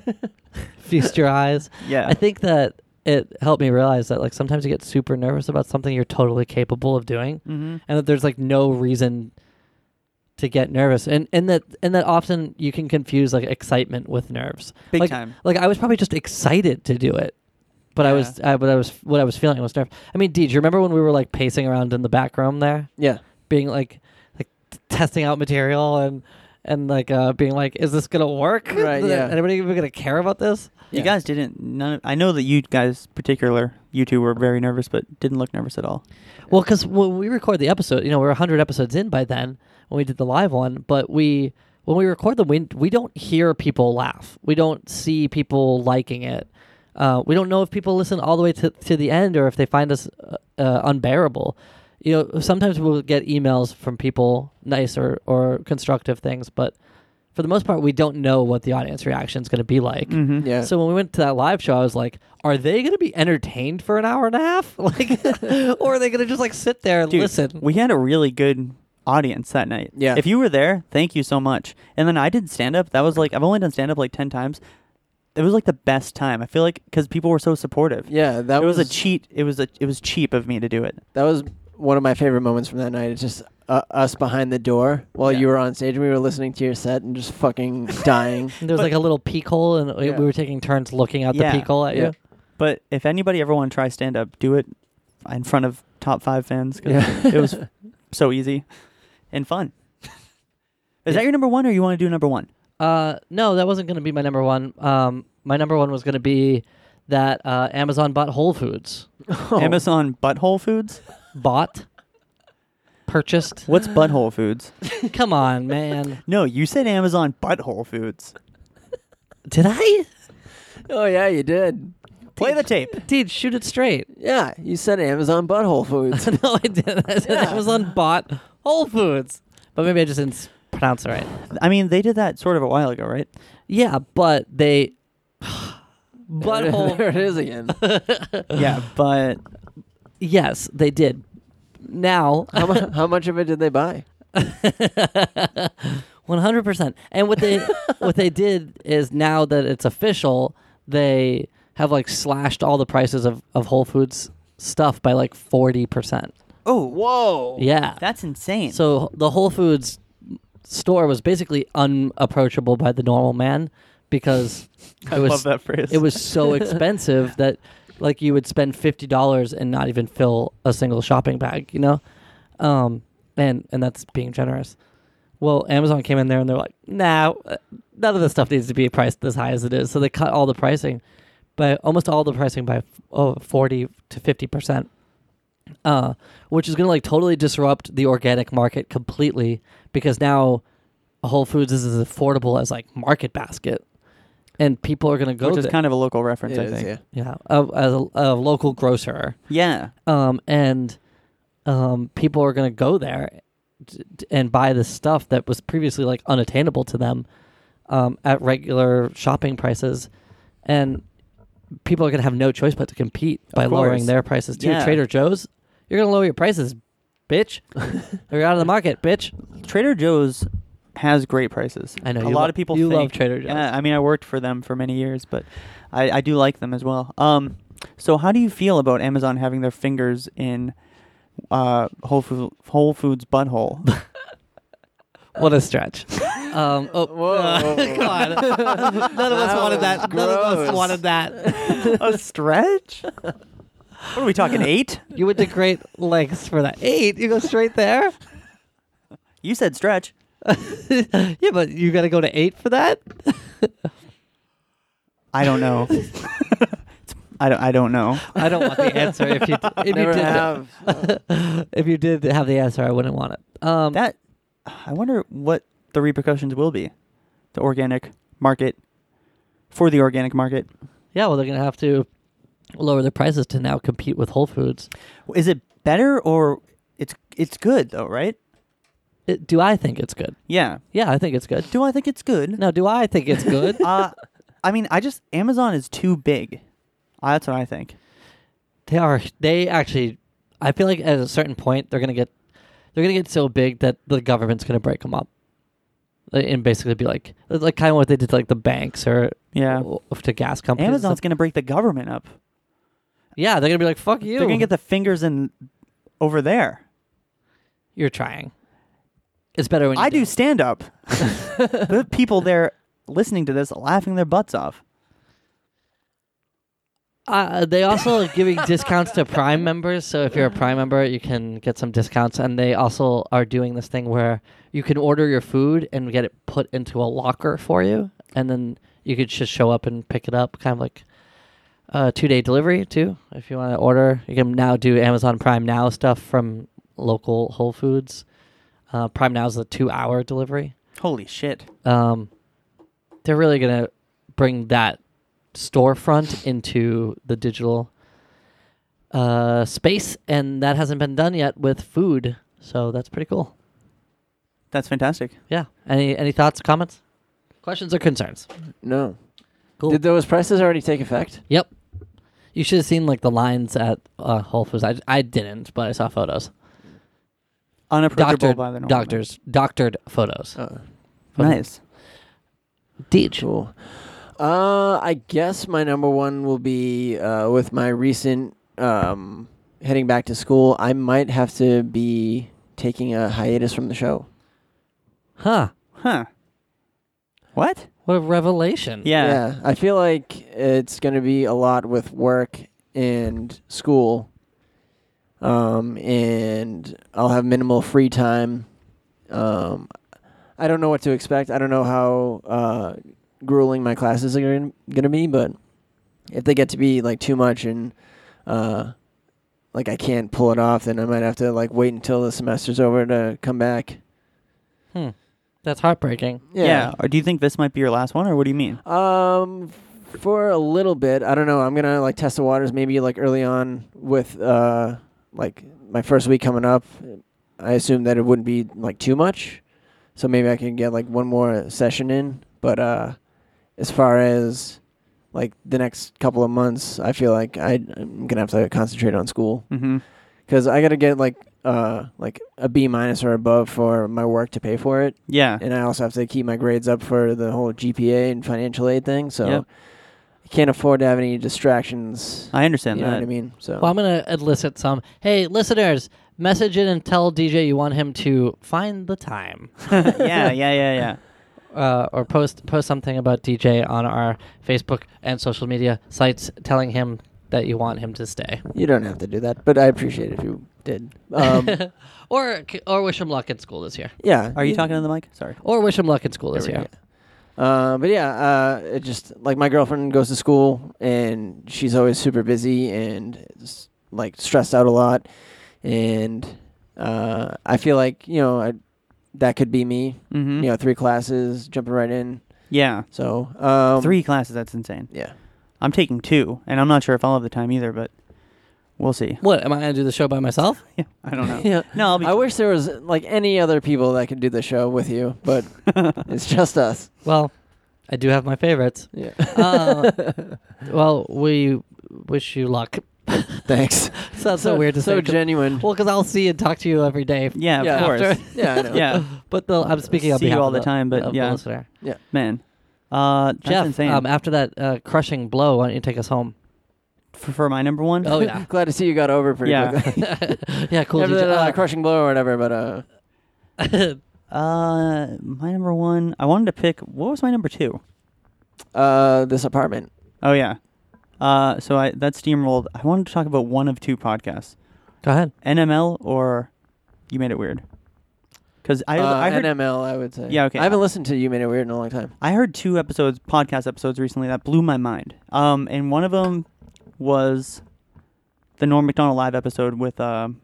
feast your eyes.
yeah.
I think that it helped me realize that like sometimes you get super nervous about something you're totally capable of doing,
hmm
and that there's like no reason to get nervous, and and that and that often you can confuse like excitement with nerves.
Big
like,
time.
Like I was probably just excited to do it. But I was, I, but I was, what I was feeling was nerve. I mean, Deej, you remember when we were like pacing around in the back room there?
Yeah.
being like like t- testing out material and and like uh being like is this gonna work
Right,
Is
yeah.
anybody even gonna care about this
You
Yeah.
guys didn't. None. Of, I know that you guys, particular, you two were very nervous, but didn't look nervous at all.
well because when we record the episode you know we're 100 episodes in by then when we did the live one but we when we record them we, we don't hear people laugh we don't see people liking it uh, we don't know if people listen all the way to, to the end or if they find us uh, uh, unbearable Y- you know, sometimes we'll get emails from people, nice or, or constructive things, but for the most part, we don't know what the audience reaction is going to be like.
Mm-hmm.
Yeah.
So when we went to that live show, I was like, "Are they going to be entertained for an hour and a half? Like, or are they going to just like sit there and
Dude,
listen?"
we had a really good audience that night.
Yeah.
If you were there, thank you so much. And then I did stand up. That was like I've only done stand up like ten times. It was like the best time. I feel like because people were so supportive.
yeah, that
it was,
was,
a cheat. It was a it was cheap of me to do it.
that was one of my favorite moments from that night. It's just uh, us behind the door while
Yeah.
you were on stage. and We were listening to your set and just fucking dying.
And there was
but-
like a little peek hole, and we-
Yeah.
we were taking turns looking out
Yeah,
the peek hole at
yeah.
you.
But if anybody ever want to try stand up, do it in front of top five fans. 'cause
Yeah.
it was so easy and fun. Is that your number one, or you want to do number one?
Uh, no, that wasn't going to be my number one. Um, my number one was going to be that uh, Amazon bought Whole Foods,
Amazon Butthole Foods.
bought, purchased.
What's Butthole Foods?
Come on, man.
No, you said Amazon Butthole Foods.
Did I?
oh yeah, you did.
Play the tape.
Dude, shoot it straight.
Yeah, you said Amazon Butthole Foods.
no, I didn't. I said Amazon bought Whole Foods, but maybe I just didn't s- pronounce it right.
I mean, they did that sort of a while ago, right?
Yeah, but they
there
butthole.
it is again.
yeah, but
yes, they did. Now,
how, mu- how much of it did they buy?
one hundred percent. And what they what they did is now that it's official, they have like slashed all the prices of of Whole Foods stuff by like forty percent.
oh, whoa,
Yeah,
that's insane.
So the Whole Foods store was basically unapproachable by the normal man because it
I
was
love that phrase.
it was so expensive that like you would spend fifty dollars and not even fill a single shopping bag, you know? Um, and and that's being generous. Well, Amazon came in there and they're like, "Nah, uh, none of this stuff needs to be priced this high as it is." So they cut all the pricing, by almost all the pricing by oh, 40 to fifty percent, uh, which is going to like totally disrupt the organic market completely because now Whole Foods is as affordable as like Market Basket, and people are going to go.
which is
there.
kind of a local reference,
It
I
is,
think.
yeah.
Yeah, a, a, a local grocer,
yeah.
um, and um, people are going to go there t- t- and buy this stuff that was previously like unattainable to them um, at regular shopping prices, and people are going to have no choice but to compete by lowering
course.
their prices too.
Yeah.
Trader Joe's, you're going to lower your prices, bitch. You're out of the market, bitch.
Trader Joe's has great prices.
I know, you
a lot
lo-
of people.
you
think,
love Trader Joe's.
Yeah, I mean, I worked for them for many years, but I, I do like them as well. Um, so how do you feel about Amazon having their fingers in uh Whole Foods Whole Foods butthole?
What a stretch. Um, oh, come on. None of us wanted that. None of us wanted that.
a stretch? What are we talking? Eight?
You went to great lengths for that. Eight, you go straight there?
You said stretch.
Yeah, but you got to go to eight for that?
I don't know. It's- I don't. I don't know.
I don't want the answer. If you, if you
Never
did,
have.
if you did have the answer, I wouldn't want it. Um,
That I wonder what the repercussions will be. The organic market for the organic market.
yeah, well, they're gonna have to lower their prices to now compete with Whole Foods.
Is it better or it's it's good though, right?
It- do I think it's good?
Yeah.
Yeah, I think it's good.
Do I think it's good?
No, do I think it's good?
Uh I mean, I just Amazon is too big. Uh, that's what I think.
they are. They actually, I feel like at a certain point they're gonna get, they're gonna get so big that the government's gonna break them up, Like, and basically be like, like kind of what they did to like the banks or
Yeah.
or to gas companies. and
Amazon's
stuff.
going to break the government up.
yeah, they're gonna be like, fuck you.
They're going to get the fingers in over there.
You're trying. It's better when you
I do stand up. the people there listening to this laughing their butts off.
Uh, they also are giving discounts to Prime members. So if you're a Prime member, you can get some discounts. And they also are doing this thing where you can order your food and get it put into a locker for you, and then you could just show up and pick it up, kind of like uh, two day delivery too. If you want to order, you can now do Amazon Prime Now stuff from local Whole Foods. Uh, Prime Now is a two hour delivery
Holy shit.
um, they're really gonna bring that storefront into the digital uh, space, and that hasn't been done yet with food. So that's pretty cool.
That's fantastic.
Yeah. Any any thoughts, comments, questions, or concerns?
No.
Cool.
Did those prices already take effect?
Yep. You should have seen like the lines at uh, Whole Foods. I, I didn't, but I saw photos.
Unapproachable
Doctored,
by the normal.
doctors, doctored photos.
Oh,
Nice.
Deej.
cool. Uh, I guess my number one will be uh, with my recent um, heading back to school. I might have to be taking a hiatus from the show.
Huh.
Huh. What?
What a revelation.
Yeah.
yeah, I feel like it's going to be a lot with work and school. Um, and I'll have minimal free time. Um, I don't know what to expect. I don't know how uh, grueling my classes are going to be, but if they get to be like too much and uh, like I can't pull it off, then I might have to like wait until the semester's over to come back.
That's heartbreaking.
Or do you think this might be your last one, or what do you mean?
Um, for a little bit. I don't know. I'm gonna like test the waters maybe like early on with uh like my first week coming up. I assume that it wouldn't be like too much, so maybe I can get like one more session in. But uh, as far as like the next couple of months, I feel like I, I'm gonna have to concentrate on school
Mm-hmm.
because I gotta get like uh like a B minus or above for my work to pay for it
Yeah.
and I also have to keep my grades up for the whole GPA and financial aid thing. So
Yep.
I can't afford to have any distractions.
I
You
understand
know
that.
what I mean? So
Well, I'm going to elicit some. Hey, listeners, message in and tell DJ you want him to find the time
yeah, yeah, yeah, yeah.
uh, or post post something about DJ on our Facebook and social media sites telling him that you want him to stay.
you don't have to do that, but I appreciate it if you did. Um,
Or or wish him luck at school this year.
yeah. Oh,
Are you talking to the mic? Sorry.
Or wish him luck at school this
There we
year.
go. Uh, but yeah, uh, it just like my girlfriend goes to school and she's always super busy and s- like stressed out a lot, and uh, I feel like you know I, that could be me.
Mm-hmm.
You know, three classes, jumping right in.
Yeah.
So um,
Three classes. That's insane.
yeah.
I'm taking two, and I'm not sure if I'll have the time either, but we'll see.
What am I going to do the show by myself?
Yeah, I don't know.
Yeah.
No, I'll be.
I wish there was like any other people that could do the show with you, but it's just us.
Well, I do have my favorites.
Yeah.
Uh, well, we wish you luck.
Thanks.
Sounds so, weird to
so
say. 'cause-
genuine.
well, because I'll see and talk to you every day.
Yeah, of
Yeah.
course.
after-
yeah, I know.
Yeah,
But the, I'm speaking on
See you
behalf
all
of
the time, but
of the
yeah.
listener.
man. Uh, that's
Jeff,
insane.
um, after that uh, crushing blow, why don't you take us home?
for, for my number one.
Oh yeah,
Glad to see you got over pretty
Yeah.
quickly.
yeah, cool.
After
DJ.
that, uh,
Uh,
crushing blow or whatever, but uh,
Uh, my number one. I wanted to pick. What was my number two?
uh, this apartment.
Oh yeah. Uh, so I that steamrolled. I wanted to talk about one of two podcasts,
Go ahead.
NML or You Made It Weird. Because I,
uh,
I heard
NML, I would say.
Yeah, okay.
I haven't listened to You Made It Weird in a long time.
I heard two episodes, podcast episodes recently that blew my mind. Um, and one of them was the Norm Macdonald live episode with um,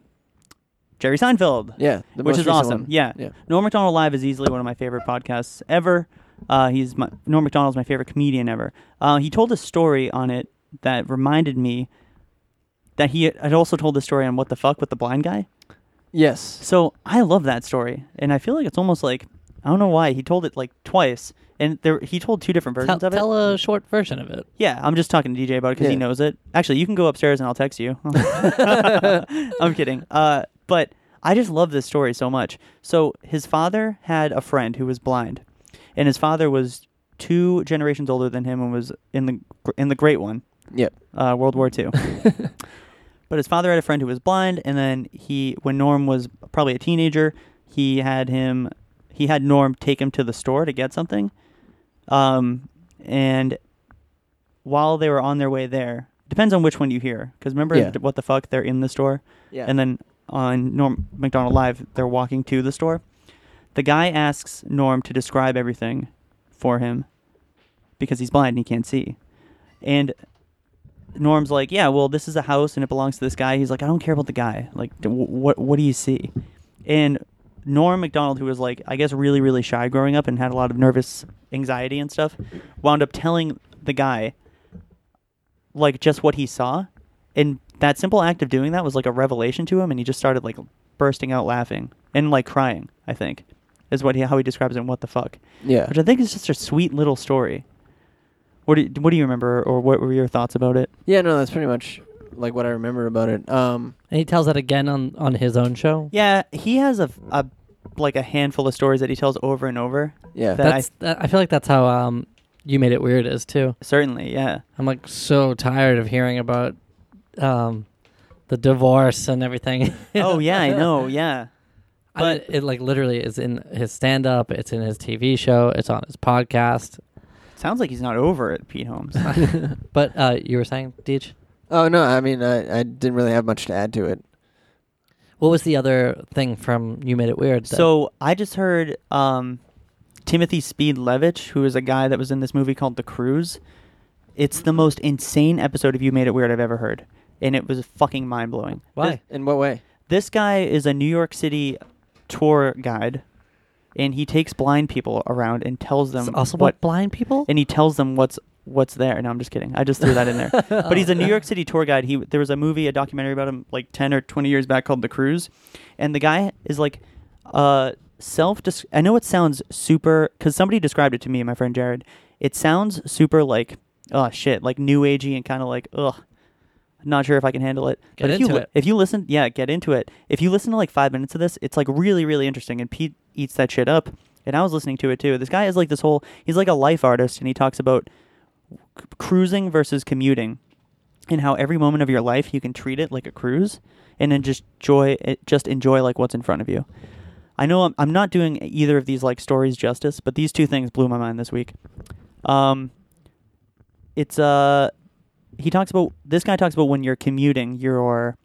Jerry Seinfeld.
Yeah, the
which
most
is
recent
awesome.
one.
Yeah.
Yeah.
Norm Macdonald Live is easily one of my favorite podcasts ever. Uh, he's my, Norm Macdonald's my favorite comedian ever. Uh, he told a story on it that reminded me that he had also told the story on What the Fuck with the Blind Guy.
Yes.
So I love that story, and I feel like it's almost like I don't know why he told it like twice, and there he told two different
Tell,
versions of it.
tell a short version of it.
Yeah, I'm just talking to DJ about it because he
Yeah.
knows it. Actually, you can go upstairs and I'll text you. I'm kidding. Uh, but I just love this story so much. So his father had a friend who was blind, and his father was two generations older than him and was in the in the Great One,
Yep.
uh, World War II. but his father had a friend who was blind, and then he, when Norm was probably a teenager, he had him, he had Norm take him to the store to get something, um, and while they were on their way there, depends on which one you hear, because remember
Yeah.
th- what the fuck they're in the store,
Yeah.
and then on Norm McDonald Live they're walking to the store. The guy asks Norm to describe everything for him because he's blind and he can't see. And Norm's like, "Yeah, well, this is a house and it belongs to this guy." He's like, "I don't care about the guy. Like, d- wh- what what do you see?" And Norm McDonald, who was like, I guess, really really shy growing up and had a lot of nervous anxiety and stuff, wound up telling the guy like just what he saw, and that simple act of doing that was like a revelation to him, and he just started like bursting out laughing and like crying. I think is what he how he describes it. in What the fuck?
Yeah.
Which I think is just a sweet little story. What do you, what do you remember, or what were your thoughts about it?
Yeah, no, that's pretty much like what I remember about it. Um,
And he tells that again on on his own show.
Yeah, he has a, a like a handful of stories that he tells over and over.
yeah,
That- I-
that's. I, I feel like that's how um you made it weird is too.
Certainly, yeah.
I'm like so tired of hearing about um the divorce and everything.
Oh yeah, I know. Yeah,
I mean, it like literally is in his stand up, it's in his TV show, it's on his podcast.
sounds like he's not over it, Pete Holmes.
But uh you were saying, Deej?
oh no, I mean, I, I didn't really have much to add to it.
What was the other thing from You Made It Weird? that-
So I just heard um, Timothy Speed Levitch, who is a guy that was in this movie called The Cruise. It's the most insane episode of You Made It Weird I've ever heard, and it was fucking mind blowing.
why?
In what way?
This guy is a New York City tour guide, and he takes blind people around and tells them
It's also
um, what
about blind people?
and he tells them what's what's there. No, I'm just kidding. I just threw that in there. but he's a New York City tour guide. He there was a movie, a documentary about him like 10 or 20 years back called The Cruise, and the guy is like uh self I know it sounds super cuz somebody described it to me, my friend Jared. It sounds super like oh shit, like new agey and kind of like ugh not sure if I can handle it.
Get
but if you
into
li-
it.
if you listen, yeah, get into it. If you listen to like five minutes of this, it's like really, really interesting. And Pete eats that shit up. And I was listening to it too. This guy is like this whole. He's like a life artist, and he talks about c- cruising versus commuting, and how every moment of your life you can treat it like a cruise, and then just joy, it, just enjoy like what's in front of you. I know I'm, I'm not doing either of these like stories justice, but these two things blew my mind this week. Um, it's uh he talks about this guy talks about when you're commuting, you're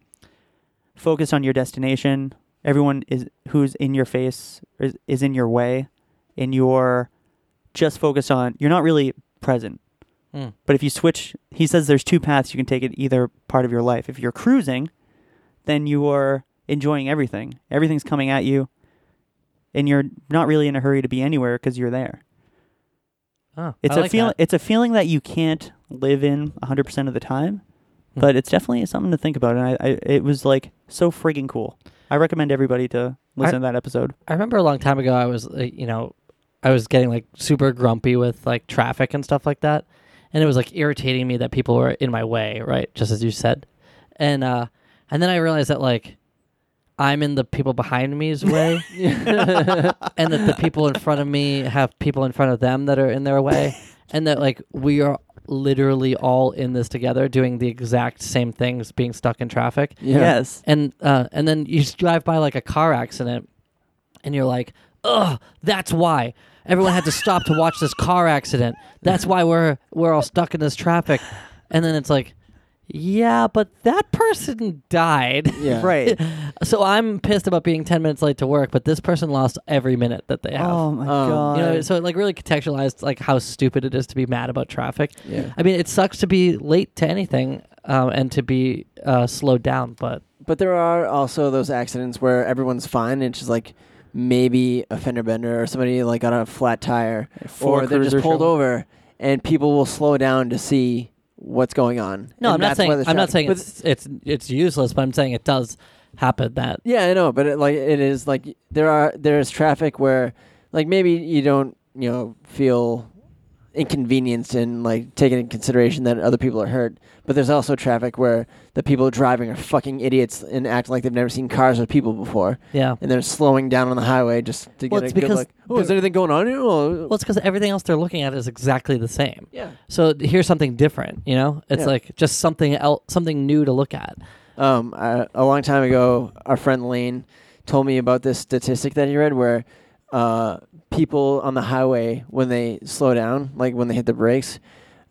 focused on your destination. Everyone is who's in your face is, is in your way, and you're just focused on. You're not really present.
Hmm.
But if you switch, he says there's two paths you can take in either part of your life. If you're cruising, then you are enjoying everything. Everything's coming at you, and you're not really in a hurry to be anywhere because you're there.
Oh,
It's
a
a feeling. It's a feeling that you can't live in 100 percent of the time,
Hmm.
but it's definitely something to think about. And I, I it was like so friggin' cool. I recommend everybody to listen
I-
to that episode.
I remember a long time ago, I was, uh, you know, I was getting like super grumpy with like traffic and stuff like that. And it was like irritating me that people were in my way, right? Just as you said. And, uh, and then I realized that like I'm in the people behind me's way and that the people in front of me have people in front of them that are in their way. And that like we are literally all in this together doing the exact same things, being stuck in traffic
Yes.
and uh, and then you just drive by like a car accident, and you're like, "Ugh, that's why everyone had to stop to watch this car accident. That's why we're we're all stuck in this traffic." And then it's like, "Yeah, but that person died,
Yeah,
Right.
so I'm pissed about being ten minutes late to work, but this person lost every minute that they have."
oh my
Um,
god.
you know, so it like really contextualized like how stupid it is to be mad about traffic.
Yeah.
I mean, it sucks to be late to anything um, and to be uh, slowed down, but
But there are also those accidents where everyone's fine. And it's just like maybe a fender bender or somebody like got a flat tire,
Ford
or they're just
Cruiser
pulled
show.
over, and people will slow down to see what's going on.
No,
And
I'm not
that's
saying
why there's
I'm not
traffic.
saying
But
it's, it's it's useless, but I'm saying it does happen that
Yeah, I know, but it, like it is like there are there is traffic where like maybe you don't you know feel inconvenienced and like taking into consideration that other people are hurt, but there's also traffic where the people driving are fucking idiots and act like they've never seen cars or people before,
yeah.
and they're slowing down on the highway just to
Well,
get
it's
a good
because
look. Oh, is
they're-
anything going on here? Oh,
Well, it's because everything else they're looking at is exactly the same.
yeah.
So here's something different, you know. It's
Yeah.
like just something else, something new to look at.
Um, I, a long time ago, our friend Lane told me about this statistic that he read where uh, people on the highway, when they slow down, like when they hit the brakes,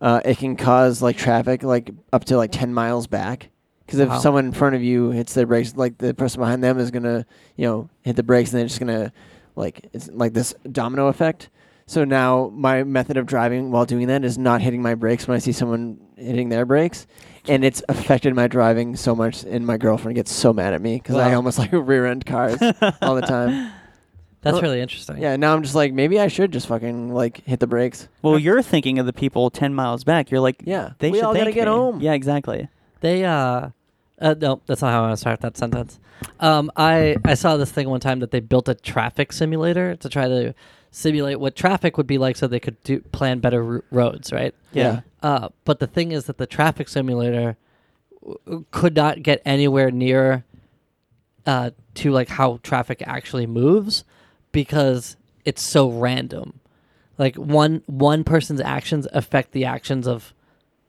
uh, it can cause like traffic like up to like 10 miles back. Because if
Wow.
someone in front of you hits their brakes, like the person behind them is gonna, you know, hit the brakes, and they're just gonna, like, it's like this domino effect. So now my method of driving while doing that is not hitting my brakes when I see someone hitting their brakes, and it's affected my driving so much. And my girlfriend gets so mad at me because I
Wow.
almost like rear end cars all the time.
That's
Well,
really interesting.
Yeah, now I'm just like maybe I should just fucking like hit the brakes.
well, you're thinking of the people 10 miles back. You're like,
Yeah,
they
we
should
all gotta
thank
get
me.
home.
Yeah, exactly.
They uh, uh no, that's not how I want to start that sentence. Um, I I saw this thing one time that they built a traffic simulator to try to simulate what traffic would be like, so they could do plan better ro- roads, right?
Yeah.
Uh, but the thing is that the traffic simulator w- could not get anywhere near uh, to like how traffic actually moves because it's so random. Like one one person's actions affect the actions of,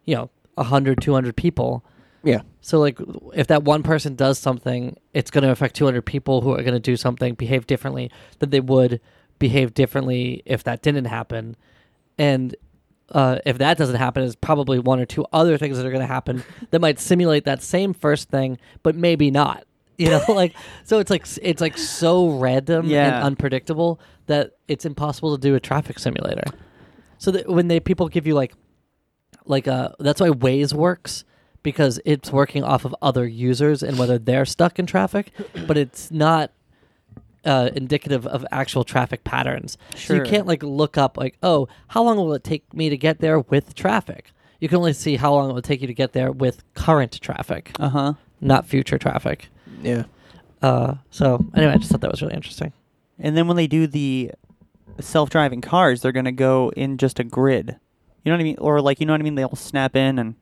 you know, 100, 200 people.
Yeah.
So like if that one person does something, it's going to affect 200 people who are going to do something behave differently than they would behave differently if that didn't happen. And uh, if that doesn't happen, is probably one or two other things that are going to happen that might simulate that same first thing, but maybe not. You know, like so it's like it's like so random
Yeah.
and unpredictable that it's impossible to do a traffic simulator. So that when they people give you like like uh that's why Waze works because it's working off of other users and whether they're stuck in traffic, but it's not uh, indicative of actual traffic patterns. So you
Sure.
can't like look up like, oh, how long will it take me to get there with traffic? You can only see how long it will take you to get there with current traffic,
Uh huh.
not future traffic.
Yeah.
Uh, so anyway, I just thought that was really interesting.
And then when they do the self-driving cars, they're gonna go in just a grid. You know what I mean? Or like, you know what I mean? They all snap in and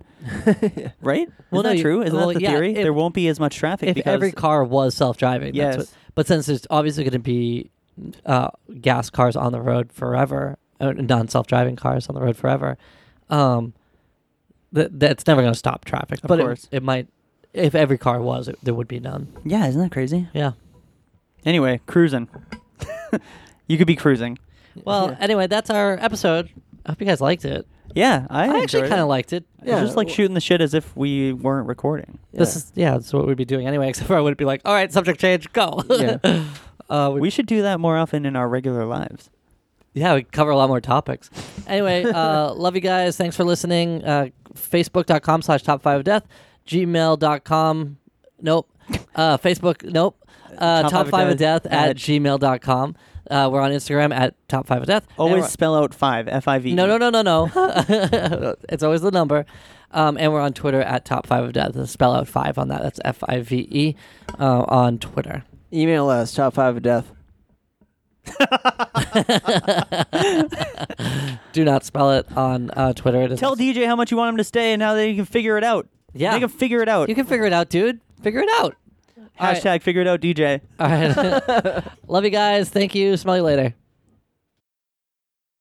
right.
Well,
Isn't that
no, you-
true? Isn't
well,
that the
yeah,
theory?
if-
there won't be as much traffic
If
because
every car was self-driving,
yes,
that's what, but since there's obviously going to be uh, gas cars on the road forever, uh, non-self-driving cars on the road forever, um, th- that's never going to stop traffic.
Of
but it-
course.
It, might. If every car was, it, there would be none.
yeah. Isn't that crazy?
Yeah.
Anyway, cruising. you could be cruising.
Well, anyway, that's our episode. I hope you guys liked it.
Yeah, I,
I actually kind of
of
liked it.
It's
Yeah.
just like shooting the shit as if we weren't recording.
This is yeah, that's what we'd be doing anyway. Except for I would be like, all right, subject change, go.
Yeah.
uh, we,
We should do that more often in our regular lives.
yeah, we cover a lot more topics. Anyway, uh, love you guys. Thanks for listening. Uh, Facebook.com slash top five of death. Gmail.com. Nope. Uh, Facebook. Nope. Uh, top, five of death, at gmail.com. Uh, we're on Instagram at top five of death. And
Always
we're-
spell out five. F I V. E.
No, no, no, no, no. it's always the number. Um, and we're on Twitter at Top Five of Death. Spell out five on that. That's F I V E uh, on Twitter.
Email us top five of death.
Do not spell it on uh, Twitter. It is
Tell DJ how much you want him to stay and how they can figure it out.
Yeah.
They can figure it out.
you can figure it out, dude. Figure it out.
Hashtag figure it out, DJ.
All right. All right. Love you guys. Thank you. Smell you later.